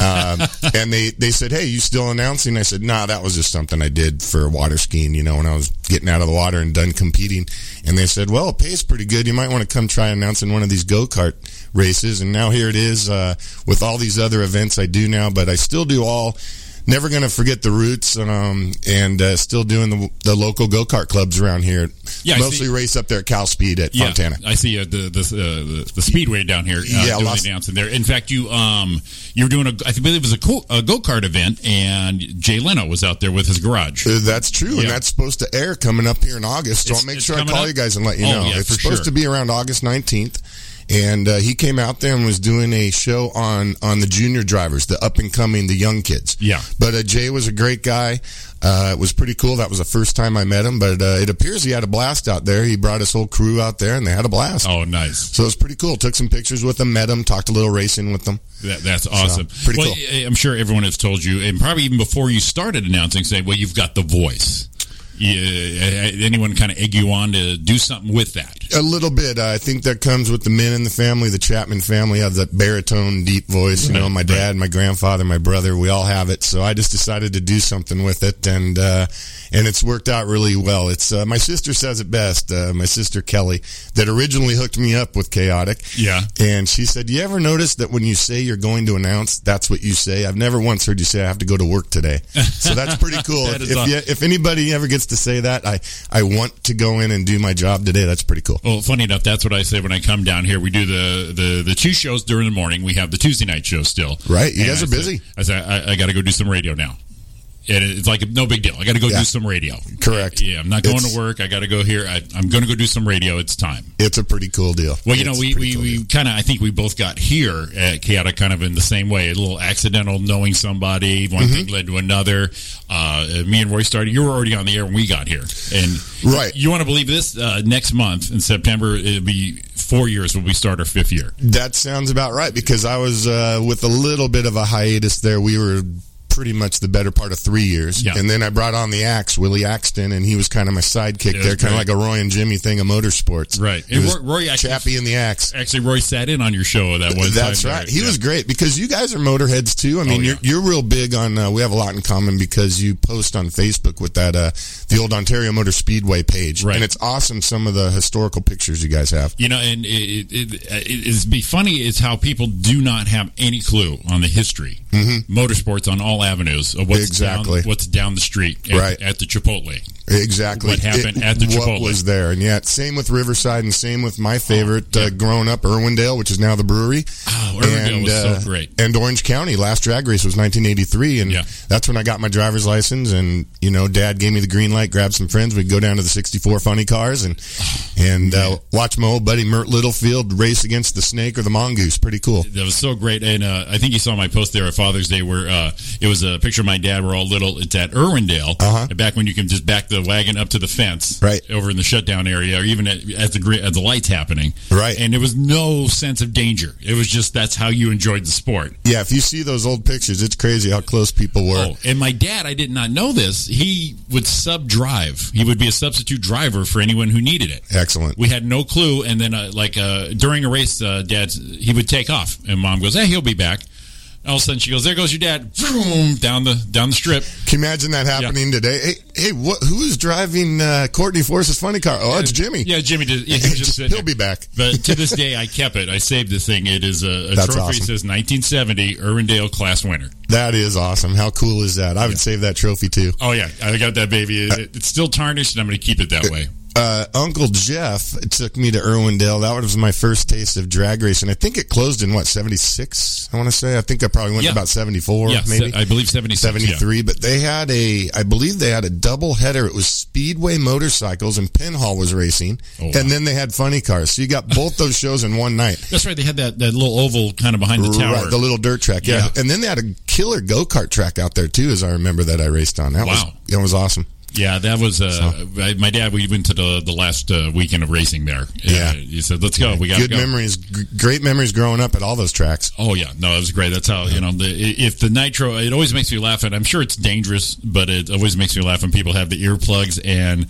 Um, and they, they said, Hey, you still announcing? I said, Nah, that was just something I did for water skiing, you know, when I was getting out of the water and done competing. And they said, Well, it pays pretty good. You might want to come try announcing one of these go kart races. And now here it is uh, with all these other events I do now, but I still do all. Never going to forget the roots, um, and uh, still doing the, the local go kart clubs around here. Yeah, I mostly see- race up there at Cal Speed at Fontana. I see uh, the, the, uh, the the speedway down here. Uh, Yeah, doing lots- the announcing there. In fact, you um you were doing a I believe it was a, co- a go kart event, and Jay Leno was out there with his garage. Uh, That's true, Yeah. and that's supposed to air coming up here in August. So It's- I'll make it's sure I coming call up? you guys and let you Oh, know. yeah, it's for sure. supposed to be around August nineteenth, and uh, he came out there and was doing a show on on the junior drivers, the up and coming, the young kids. Yeah. but uh, Jay was a great guy. Uh, it was pretty cool. That was the first time I met him, but uh, it appears he had a blast out there. He brought his whole crew out there, and they had a blast. Oh, nice! So it was pretty cool. Took some pictures with them, met them, talked a little racing with them. That, that's awesome. pretty well, cool. I- I'm sure everyone has told you, and probably even before you started announcing, say, "Well, you've got the voice." Yeah, anyone kind of egg you on to do something with that? A little bit. Uh, I think that comes with the men in the family. The Chapman family have that baritone, deep voice. You know, my dad, my grandfather, my brother, we all have it. So I just decided to do something with it, and uh, and it's worked out really well. It's uh, my sister says it best. Uh, my sister Kelly, that originally hooked me up with chaotic. Yeah. and she said, "You ever notice that when you say you're going to announce, that's what you say? I've never once heard you say I have to go to work today. So that's pretty cool. That if, is if awesome. you- if anybody ever gets to say that, I I want to go in and do my job today. That's pretty cool." Well, funny enough, that's what I say when I come down here. We do the the, the two shows during the morning. We have the Tuesday night show still. Right, you And guys I are said- busy. I said I, I got to go do some radio now, and it's like no big deal. I got to go Yeah. do some radio. Correct. Yeah, I'm not going It's- to work. I got to go here. I, I'm going to go do some radio. It's time. It's a pretty cool deal. Well, you know, It's we, a pretty we, cool we deal. kind of, I think we both got here at Chaotic kind of in the same way. A little accidental knowing somebody, one thing Mm-hmm. led to another. Uh, me and Roy started, you were already on the air when we got here. And Right. you want to believe this? Uh, next month in September, it'll be four years when we start our fifth year. that sounds about right because I was uh, with a little bit of a hiatus there. We were pretty much the better part of three years. Yeah. And then I brought on the Axe, Willie Axton, and he was kind of my sidekick It was there, kind great. of like a Roy and Jimmy thing of motorsports. Right. It And was Roy- Roy Axton- Chappie and the Axe. Actually, Roy sat in on your show that one time. That's there. right. He Yeah. was great because you guys are motorheads too. I mean, Oh, yeah. you're, you're real big on. Uh, we have a lot in common because you post on Facebook with that uh, the old Ontario Motor Speedway page, Right. and it's awesome. Some of the historical pictures you guys have. You know, and it, it, it, it's be funny is how people do not have any clue on the history, mm-hmm. motorsports on all avenues of what's Exactly. down, what's down the street, at, Right. at the Chipotle. Exactly What happened at the What Chipotle. was there, and yet same with Riverside, and same with my favorite uh, growing up, Irwindale, which is now the brewery. Oh, Irwindale was so uh, great. And Orange County last drag race was 1983, and Yeah. that's when I got my driver's license. And you know, Dad gave me the green light, grabbed some friends, we'd go down to the 64 funny cars, and and uh, watch my old buddy Mert Littlefield race against the snake or the mongoose. Pretty cool. That was so great, and uh, I think you saw my post there at Father's Day where uh, it was a picture of my dad. We're all little. It's at Irwindale, Uh-huh. back when you can just back the wagon up to the fence, Right. over in the shutdown area, or even at, at the gre- at the lights happening, Right. And there was no sense of danger. It was just that's how you enjoyed the sport. Yeah, if you see those old pictures, it's crazy how close people were. Oh, and my dad, I did not know this. He would sub drive. He would be a substitute driver for anyone who needed it. Excellent. We had no clue, and then uh, like uh, during a race, uh, dad he would take off, and mom goes, "Hey, he'll be back." All of a sudden, she goes, "There goes your dad!" Vroom, down the down the strip. Can you imagine that happening today? Hey, hey, what? Who is driving uh, Courtney Force's funny car? Oh, it's Jimmy. Yeah, Jimmy did. Yeah, he was just sitting He'll there. be back. But to this day, I kept it. I saved the thing. It is a, a That's trophy. awesome. It says 1970 Irwindale class winner. That is awesome. How cool is that? I would save that trophy too. Oh yeah, I got that baby. It- it's still tarnished, and I'm going to keep it that way. Uh, Uncle Jeff took me to Irwindale. That was my first taste of drag racing. I think it closed in what seventy six. I want to say. I think I probably went Yeah. to about seventy four, yeah, maybe se- I believe 76. yeah. seventy three. But they had a, I believe they had a double header. It was Speedway motorcycles and Pinhall was racing, Oh, wow. and then they had funny cars. So you got both those shows in one night. That's right. They had that, that little oval kind of behind the tower. Right, the little dirt track, yeah. Yeah. And then they had a killer go kart track out there too, as I remember that I raced on. That Wow. was that was awesome. yeah, that was uh, I- my dad. We went to the the last uh, weekend of racing there. Yeah. Uh, he said, "Let's go. We got to Good go." memories, g- great memories growing up at all those tracks. Oh yeah, no, it was great. That's how you know the, i- if the nitro. It always makes me laugh, and I'm sure it's dangerous, but it always makes me laugh when people have the earplugs and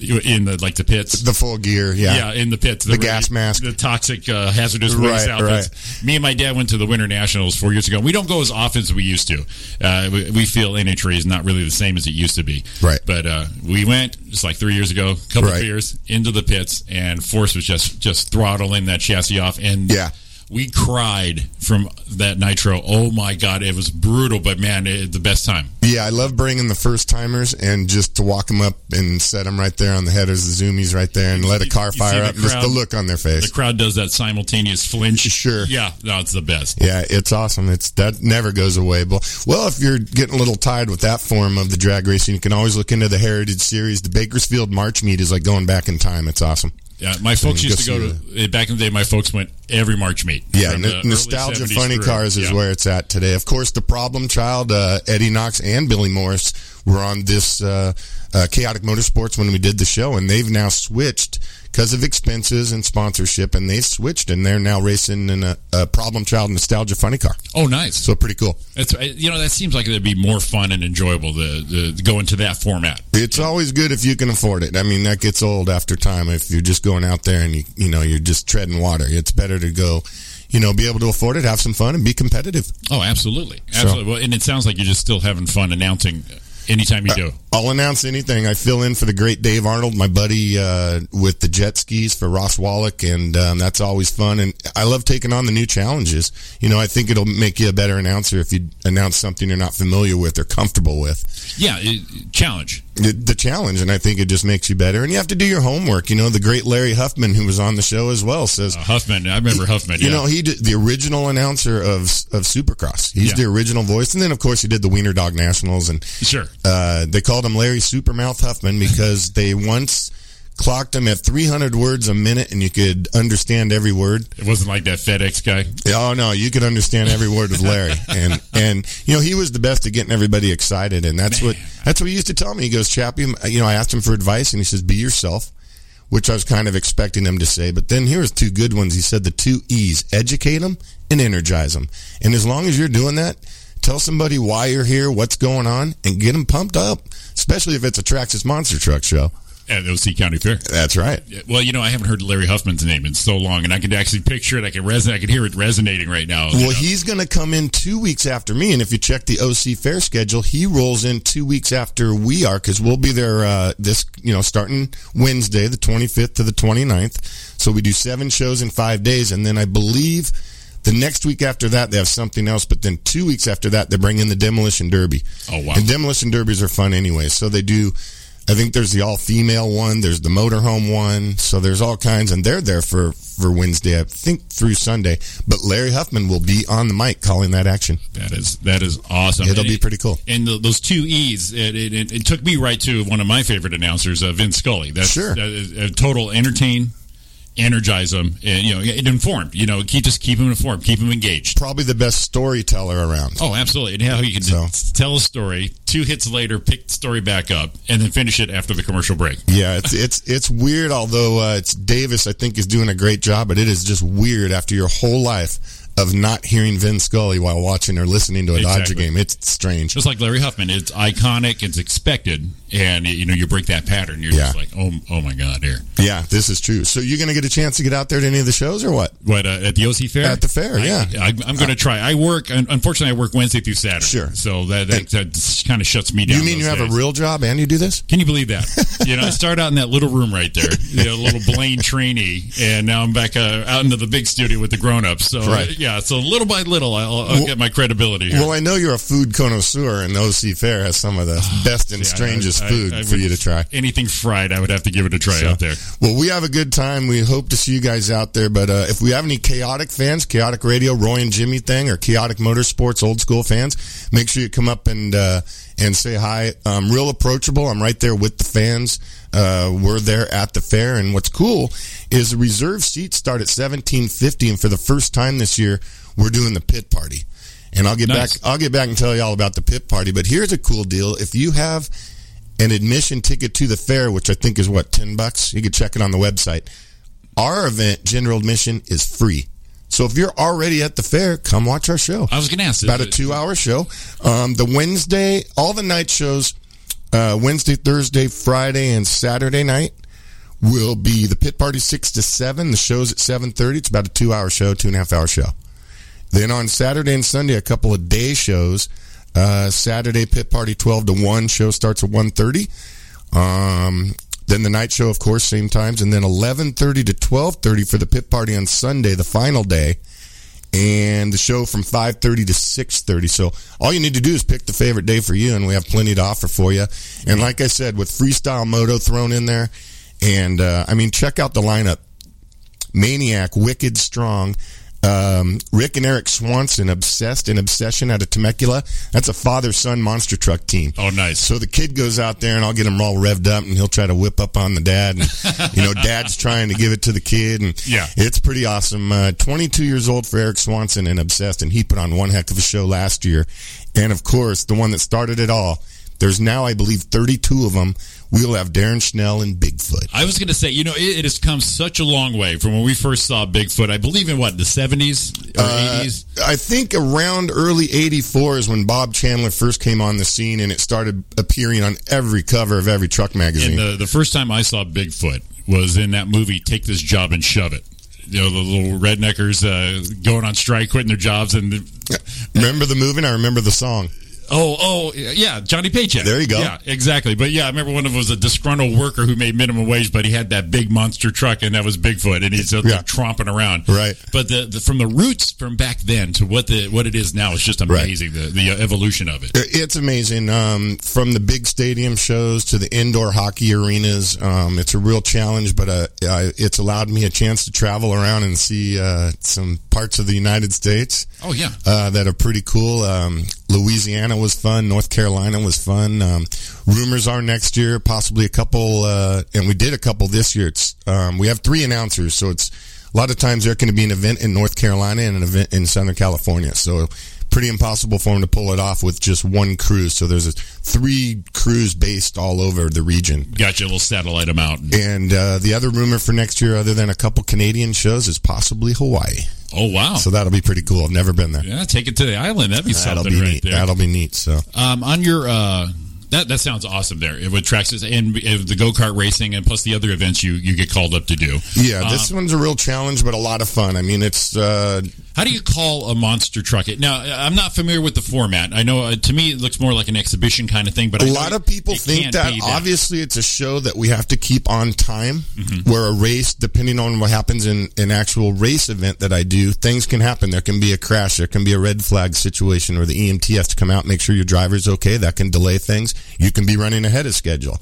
in the like the pits. The full gear, yeah, yeah. in the pits, The gas mask. the toxic uh, hazardous waste Right, outfits. Me and my dad went to the Winter Nationals four years ago. We don't go as often as we used to. Uh, we, we feel NHRA is not really the same as it used to be. Right. But uh, we went just like three years ago, couple Right. beers into the pits, and Force was just just throttling that chassis off, and Yeah. We cried from that nitro. Oh my god, it was brutal, but man, it, the best time. Yeah, I love bringing the first timers and just to walk them up and set them right there on the headers, the zoomies right there, and let a car see fire the up. and Just the crowd. look on their The face. crowd does that simultaneous flinch. Sure. Yeah, no, it's the best. Yeah, it's awesome. It's that never goes away. But well, if you're getting a little tired with that form of the drag racing, you can always look into the Heritage Series. The Bakersfield March Meet is like going back in time. It's awesome. Yeah, my folks you used to go go to eh, back in the day. My folks went every March meet. Yeah, From no- the early nostalgia 70s funny through. cars is Yeah. where it's at today. Of course, the problem child, uh, Eddie Knox and Billy Morris were on this uh, uh, chaotic motorsports when we did the show, and they've now switched because of expenses and sponsorship, and they switched, and they're now racing in a, a problem child nostalgia funny car. Oh, nice. So pretty cool. That's eh, you know that seems like it'd be more fun and enjoyable to, to, to go into that format. It's always good if you can afford it. I mean, that gets old after time. If you're just going out there and you you know you're just treading water, it's better to go, you know, be able to afford it, have some fun, and be competitive. Oh, absolutely, absolutely. Well, and it sounds like you're just still having fun announcing anytime you Uh, do. I'll announce anything. I fill in for the great Dave Arnold, my buddy uh, with the jet skis for Ross Wallach, and um, that's always fun. And I love taking on the new challenges. You know, I think it'll make you a better announcer if you announce something you're not familiar with or comfortable with. Yeah, it, challenge. The, the challenge, and I think it just makes you better. And you have to do your homework. You know, the great Larry Huffman, who was on the show as well, says. Uh, Huffman, I remember Huffman. You yeah. know, he did the original announcer of of Supercross. He's Yeah. the original voice, and then of course he did the Wiener Dog Nationals and sure. uh, they called him Larry Supermouth Huffman because they once clocked him at 300 words a minute and you could understand every word. It wasn't like that FedEx guy. Oh no, you could understand every word of Larry. And, and, you know, he was the best at getting everybody excited. And that's what, that's what he used to tell me. He goes, Chappie, you know, I asked him for advice and he says, be yourself, which I was kind of expecting him to say. But then here's two good ones. He said the two E's, educate them and energize them. And as long as you're doing that, Tell somebody why you're here, what's going on, and get them pumped up, especially if it's a Traxxas Monster Truck show. at OC County Fair. That's right. Yeah, Well, you know, I haven't heard Larry Huffman's name in so long, and I can actually picture it. I can resonate. I can hear it resonating right now. you Well, know. he's going to come in two weeks after me, and if you check the OC fair schedule, he rolls in two weeks after we are because we'll be there uh, this you know starting Wednesday, the 25th to the 29th. So we do seven shows in five days, and then I believe the next week after that they have something else. But then two weeks after that they bring in the demolition derby. Oh, wow. And demolition derbies are fun anyway, so they do. I think there's the all female one. There's the motorhome one. So there's all kinds, and they're there for for Wednesday, I think, through Sunday. But Larry Huffman will be on the mic calling that action. That is that is awesome. It'll And be it- pretty cool. And th those two E's, it, it, it, it took me right to one of my favorite announcers, uh, Vince Scully. That's Sure. that is a total entertain, energize them, and you know, and informed. You know, keep just keep them informed, keep them engaged. Probably the best storyteller around. Oh, absolutely. And how you can So- t- tell a story two hits later, pick the story back up, and then finish it after the commercial break. Yeah, it's it's it's weird. Although uh, it's Davis, I think is doing a great job, but it is just weird after your whole life of not hearing Vin Scully while watching or listening to a Dodger Exactly. game. It's strange. Just like Larry Huffman, it's iconic, it's expected, and you know you break that pattern. You're just Yeah. like, oh, oh my god, here. Yeah, this is true. So you're going to get a chance to get out there to any of the shows or what? What uh, at the OC fair? At the fair, I- yeah. Uh, I, I'm going to try. I work. un- Unfortunately, I work Wednesday through Saturday. Sure. So that that, kind of shuts me down. you mean you those have days. a real job and you do this? Can you believe that? you know, I started out in that little room right there, you know, little Blaine trainee, and now I'm back uh, out into the big studio with the grown-ups. So Right. uh, yeah, so little by little, I'll, I'll Well- get my credibility here. Well, I know you're a food connoisseur, and OC Fair has some of the best and Yeah, I- strangest I- food I for would- you to try. Anything fried, I would have to give it a try So, out there. Well, we have a good time. We hope to see you guys out there. But uh, if we have any chaotic fans, chaotic radio, Roy and Jimmy thing, or chaotic motorsports, old school fans, make sure you come up and uh, and say hi. I'm real approachable. I'm right there with the fans. Uh, we're there at the fair, and what's cool is the reserve seats start at 1750, and for the first time this year, we're doing the pit party. And I'll get Nice. back. I'll get back and tell you all about the pit party. But here's a cool deal: if you have an admission ticket to the fair, which I think is what ten bucks. You could check it on the website. Our event, general admission, is free. So if you're already at the fair, come watch our show. I was going to ask. uh, About a two-hour show. Um, the Wednesday, all the night shows, uh, Wednesday, Thursday, Friday, and Saturday night will be the pit party six to seven. The show's at seven thirty. It's about a two-hour show, two and a half hour show. Then on Saturday and Sunday, a couple of day shows. Uh, Saturday pit party twelve to one. Show starts at one thirty. Um, then the night show, of course, same times, and then eleven thirty to twelve thirty for the pit party on Sunday, the final day, and the show from five thirty to six thirty. So all you need to do is pick the favorite day for you, and we have plenty to offer for you. And like I said, with freestyle moto thrown in there, and uh, I mean, check out the lineup. Maniac, Wicked Strong, um, Rick and Eric Swanson, Obsessed and Obsession out of Temecula. That's a father son monster truck team. Oh, nice. So the kid goes out there, and I'll get him all revved up, and he'll try to whip up on the dad. And, you know, dad's trying to give it to the kid, and Yeah. it's pretty awesome. Uh, 22 years old for Eric Swanson and Obsessed, and he put on one heck of a show last year. And of course, the one that started it all. There's now, I believe, 32 of them. We'll have Darren Schnell and Bigfoot. I was going to say, you know, it, it has come such a long way from when we first saw Bigfoot. I believe in what the seventies or Uh, eighties. I think around early 84 is when Bob Chandler first came on the scene and it started appearing on every cover of every truck magazine. and the the first time I saw Bigfoot was in that movie "Take This Job and Shove It." You know, the little redneckers uh, going on strike, quitting their jobs, and the, remember the movie? And I remember the song. oh, oh, yeah, Johnny Paycheck. There you go. Yeah, exactly. But yeah, I remember one of them was a disgruntled worker who made minimum wage, but he had that big monster truck, and that was Bigfoot, and he's out there Yeah. tromping around. Right. But the, the from the roots from back then to what the what it is now is just amazing. The the evolution of it. It's amazing. Um, from the big stadium shows to the indoor hockey arenas, um, it's a real challenge, but uh, uh, it's allowed me a chance to travel around and see uh, some parts of the United States. Oh yeah. uh, that are pretty cool. Um, Louisiana was fun. North Carolina was fun. Um, rumors are next year, possibly a couple, uh, and we did a couple this year. It's um, we have three announcers, so it's a lot of times there going to be an event in North Carolina and an event in Southern California. So pretty impossible for them to pull it off with just one cruise. So there's a, three crews based all over the region. Got your little satellite amount. And uh, the other rumor for next year, other than a couple Canadian shows, is possibly Hawaii. Oh wow! So that'll be pretty cool. I've never been there. yeah, take it to the island. That'd be That'll something be right neat. there. That'll be neat. So Um, on your uh, that that sounds awesome. There, it would tracks and uh, the go kart racing and plus the other events you you get called up to do. yeah, this one's a real challenge, but a lot of fun. I mean, it's uh, How do you call a monster truck? It now I- I'm not familiar with the format. I know uh, to me it looks more like an exhibition kind of thing, but a I know lot it- of people it think can't that, be obviously it's a show that we have to keep on time where a race depending on what happens in an actual race event that i do things can happen there can be a crash there can be a red flag situation or the emt has to come out make sure your driver's okay that can delay things you can be running ahead of schedule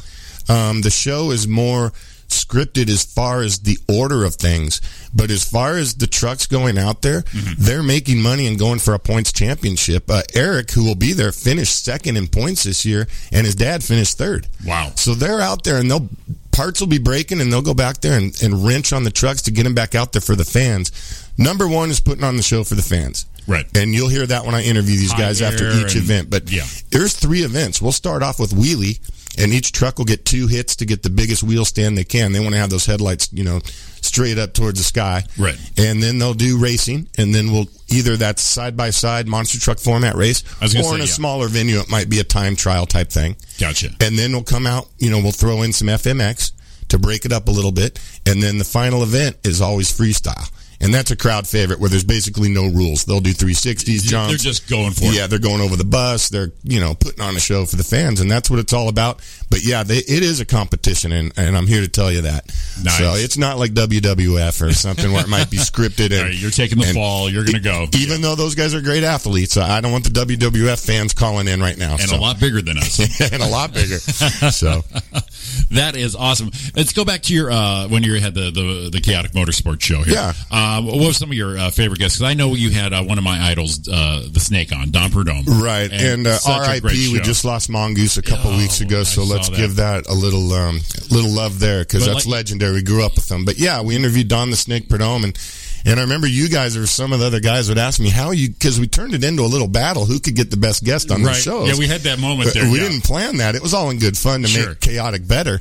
um, the show is more scripted as far as the order of things but as far as the trucks going out there they're making money and going for a points championship uh, eric who will be there finished second in points this year and his dad finished third Wow. so they're out there and they'll parts will be breaking and they'll go back there and, and wrench on the trucks to get them back out there for the fans. Number one is putting on the show for the fans. Right. And you'll hear that when I interview these Hot guys after air each and- event. But yeah. there's three events. We'll start off with wheelie and each truck will get two hits to get the biggest wheel stand they can. They want to have those headlights, you know, straight up towards the sky. Right. And then they'll do racing and then we'll either that's side by side monster truck format race I was gonna or say, in a yeah. smaller venue it might be a time trial type thing Gotcha. and then we'll come out. You know, we'll throw in some FMX to break it up a little bit, and then the final event is always freestyle, and that's a crowd favorite where there's basically no rules. They'll do 360s, jumps. They're just going for it. yeah, they're going over the bus. They're you know putting on a show for the fans, and that's what it's all about. But yeah, they, it is a competition, and, and I'm here to tell you that. Nice. So it's not like WWF or something where it might be scripted. And, All right, you're taking the and e-, fall. You're going to go, Even though those guys are great athletes, I don't want the WWF fans calling in right now. and a so- lot bigger than us. and a lot bigger. So That is awesome. Let's go back to your uh, when you had the, the the chaotic motorsports show here. Yeah. Um, what were some of your uh, favorite guests? 'Cause I know you had uh, one of my idols, uh, the Snake, on Don Perdome. Right, and, uh, such a RIP. great We show. just lost Mongoose a couple Oh, weeks ago, so I let's saw give that a little um, little love there because But that's like- legendary. We grew up with them, but yeah, we interviewed Don the Snake Perdome, and and I remember you guys or some of the other guys would ask me how you because we turned it into a little battle who could get the best guest on the right. show. Yeah, we had that moment But there. we yeah. didn't plan that. It was all in good fun to Sure. make chaotic better.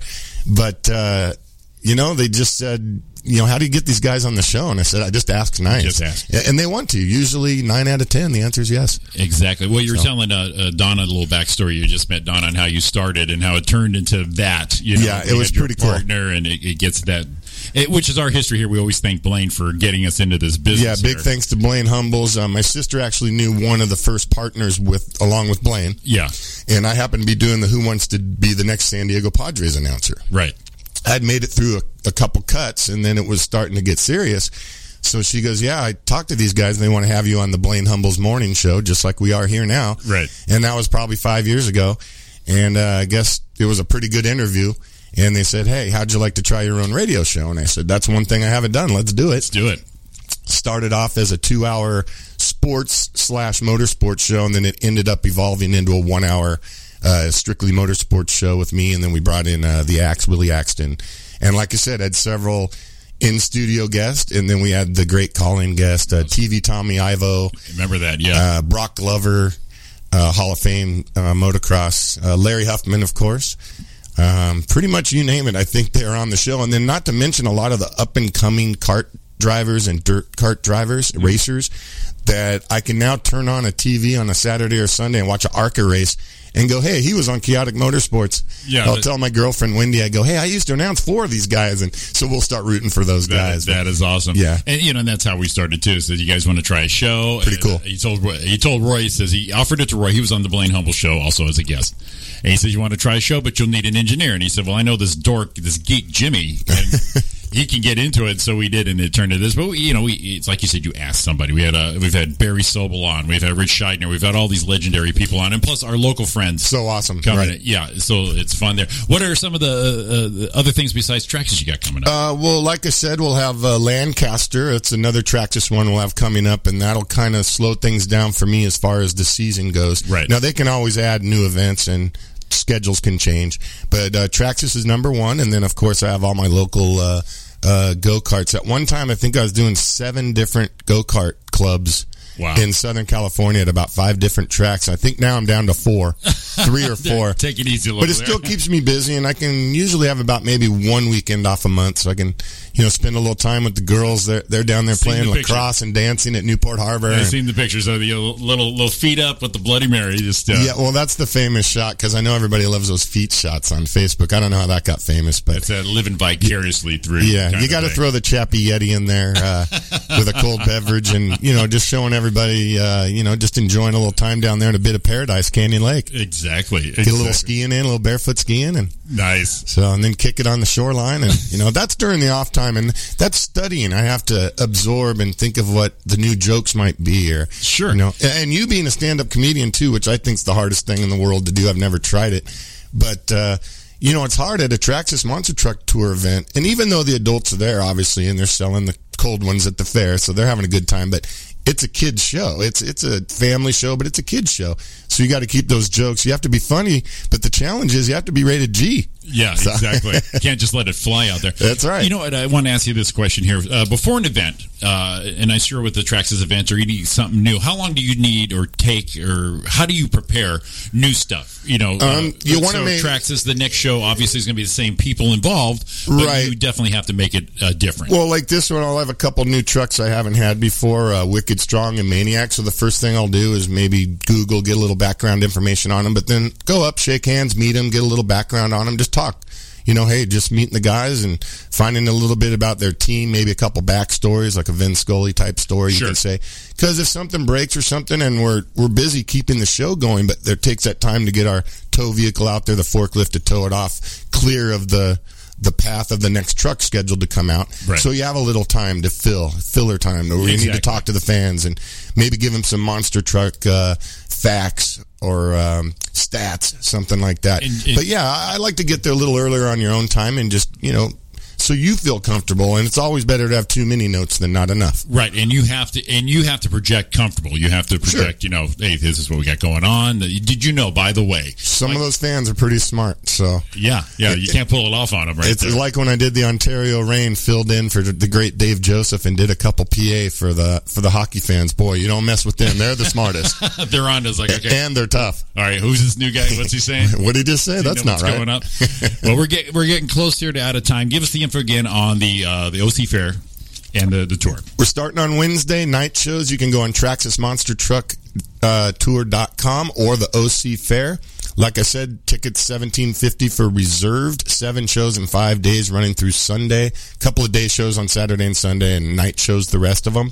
But uh, you know, they just said, you know, how do you get these guys on the show? And I said, I just ask nice. Just ask. And they want to. Usually, nine out of ten, the answer is yes. Exactly. Well, you were telling uh, uh, Donna a little backstory. You just met Donna and how you started and how it turned into that. You know, Yeah, it You was had your pretty cool. Partner, and it, it gets that, it, which is our history here. We always thank Blaine for getting us into this Yeah, business. big here. thanks to Blaine Humbles. Uh, my sister actually knew one of the first partners with, along with Blaine, Yeah, and I happened to be doing the Who Wants to Be the Next San Diego Padres announcer. right. I'd made it through a, a couple cuts, and then it was starting to get serious. So she goes, "Yeah, I talked to these guys, and they want to have you on the Blaine Humbles morning show, just like we are here now." Right. And that was probably five years ago, and uh, I guess it was a pretty good interview. And they said, "Hey, how'd you like to try your own radio show?" And I said, "That's one thing I haven't done. Let's do it." Let's do it. started off as a two hour sports slash motorsports show, and then it ended up evolving into a one hour uh, strictly motorsports show with me. And then we brought in uh, the Axe, Willie Axton. And like I said, had several in studio guests, and then we had the great call in guest, uh, TV Tommy Ivo, Remember that? Yeah. uh, Brock Glover, uh, Hall of Fame uh, motocross, uh, Larry Huffman, of course. Um, pretty much you name it, I think they're on the show. And then not to mention a lot of the up and coming cart drivers and dirt cart drivers, racers, that I can now turn on a TV on a Saturday or Sunday and watch an ARCA race and go, hey, he was on Chaotic Motorsports. Yeah, I'll that- tell my girlfriend Wendy, I go, hey, I used to announce four of these guys. And so we'll start rooting for those That guys. is, that is awesome. Yeah. and you know, and that's how we started too. So you guys want to try a show? Pretty And, cool. uh, he told Roy- he told Roy he says he offered it to Roy. He was on the Blaine Humble show also as a guest, and he says you want to try a show, but you'll need an engineer. And he said, well, I know this dork, this geek Jimmy. And He can get into it, so we did, and it turned to this. But we, you know, we, it's like you said, you asked somebody. We had uh, we've had Barry Sobel on, we've had Rich Scheidner, we've had all these legendary people on, and plus our local friends so awesome. coming. Right. in. Yeah, so it's fun there. What are some of the, uh, uh, the other things besides tracks you got coming up? Uh, well, like I said, we'll have uh, Lancaster. It's another track. This one we'll have coming up, and that'll kind of slow things down for me as far as the season goes. Right. now, they can always add new events and schedules can change, but uh, Traxxas is number one, and then of course I have all my local uh, uh, go karts. At one time, I think I was doing seven different go kart clubs Wow. in Southern California at about five different tracks. I think now I'm down to four, three or four. Take it easy, But it still keeps me busy, and I can usually have about maybe one weekend off a month, so I can, you know, spend a little time with the girls. They're they're down there Seen playing the picture. lacrosse and dancing at Newport Harbor. I've and- seen the pictures of the little little feet up with the Bloody Mary. Just uh, yeah, well, that's the famous shot because I know everybody loves those feet shots on Facebook. I don't know how that got famous, but it's uh, living vicariously through. Yeah, kind you of got to thing. throw the Chappy Yeti in there uh, with a cold beverage, and you know, just showing everybody, uh, you know, just enjoying a little time down there in a bit of paradise, Canyon Lake. exactly. Get a little Exactly. skiing in, a little barefoot skiing, and Nice. so and then kick it on the shoreline, and you know, that's during the off time, and that's studying. I have to absorb and think of what the new jokes might be, or Sure. you know, and- and you being a stand-up comedian too, which I think's the hardest thing in the world to do. I've never tried it, but uh, you know, it's hard at a Traxxas Monster Truck Tour event. And even though the adults are there, obviously, and they're selling the cold ones at the fair, so they're having a good time. But it's a kids show. It's it's a family show, but it's a kids show. So you got to keep those jokes. You have to be funny, but the challenge is you have to be rated G. Yeah, So- exactly. Can't just let it fly out there. That's right. You know what? I want to ask you this question here. Uh, before an event, uh, and I'm sure with the Traxxas events or eating something new, how long do you need or take or how do you prepare new stuff? You know, uh, Um, you wanna so make- Traxxas, the next show obviously is going to be the same people involved, but Right. you definitely have to make it uh, different. Well, like this one, I'll have a couple new trucks I haven't had before. Uh, Wicked Strong and Maniac. So the first thing I'll do is maybe Google, get a little background information on them, but then go up, shake hands, meet them, get a little background on them, just talk. You know, hey, just meeting the guys and finding a little bit about their team, maybe a couple backstories, like a Vin Scully type story. Sure. You can say because if something breaks or something, and we're we're busy keeping the show going, but there takes that time to get our tow vehicle out there, the forklift to tow it off, clear of the the path of the next truck scheduled to come out. Right. So you have a little time to fill filler time where you need Exactly. to talk to the fans and maybe give them some monster truck uh, facts or um, stats, something like that. And- and- but yeah, I, I like to get there a little earlier on your own time and just you know. So you feel comfortable, and it's always better to have too many notes than not enough. Right, and you have to, and you have to project comfortable. You have to project, you know, hey, this is what we got going on. Did you know? By the way, Some of those fans are pretty smart, so yeah, yeah, you can't pull it off on them, right? It's there. like when I did the Ontario rain, filled in for the great Dave Joseph, and did a couple PA for the for the hockey fans. Boy, you don't mess with them; they're the smartest, they're on. It's like okay, and they're tough. all right, who's this new guy? What's he saying? What did he just say? You That's know not what's right. Going up. well, we're getting we're getting close here to out of time. Give us the info again on the uh, the OC Fair and the the tour. We're starting on Wednesday night shows. You can go on Traxxas Monster Truck uh, Tour.com or the OC Fair. Like I said, tickets seventeen fifty for reserved. Seven shows in five days, running through Sunday. Couple of day shows on Saturday and Sunday, and night shows the rest of them.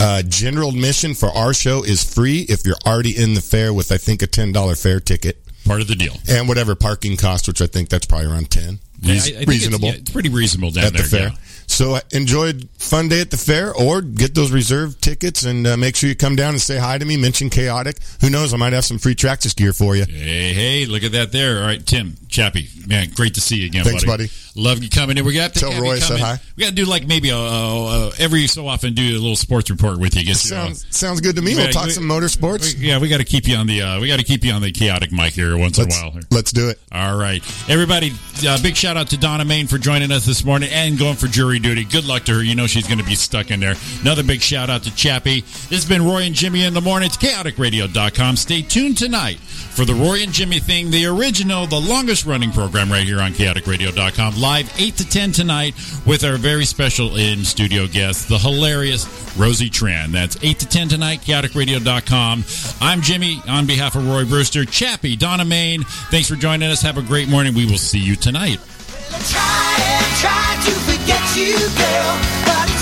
Uh, general admission for our show is free if you're already in the fair with I think a ten dollar fair ticket Part of the deal. and whatever parking cost, which I think that's probably around ten. Yeah, I- I Reas- think it's- reasonable yeah, It's, pretty reasonable down at there. the fair. yeah. So uh, enjoy a fun day at the fair, or get those reserved tickets and uh, make sure you come down and say hi to me. Mention chaotic. Who knows? I might have some free Traxxas gear for you. Hey, hey, look at that there. All right, Tim, Chappie, man, great to see you again, Thanks, buddy. buddy. Love you coming in. We're gonna have to Tell have Roy I you said come in. hi. We gotta do like maybe a, a, a- every so often do a little sports report with you. Get you on- Sounds sounds good to me. We'll Yeah, talk we- some motorsports. yeah, we got to keep you on the uh, we got to keep you on the chaotic mic here once Let's in a while. Here. let's do it. All right. Everybody, uh, big shout out to Donna Main for joining us this morning and going for jury duty. Good luck to her. You know she's going to be stuck in there. Another big shout out to Chappie. This has been Roy and Jimmy in the morning. It's chaoticradio.com. Stay tuned tonight for the Roy and Jimmy thing, the original, the longest running program right here on chaoticradio.com. Live 8 to 10 tonight with our very special in studio guest, the hilarious Rosie Tran. That's 8 to 10 tonight, chaoticradio.com. I'm Jimmy on behalf of Roy Brewster, Chappie, Donna Main. Thanks for joining us. Have a great morning. We will see you tonight. Try and try to forget you, girl, but it's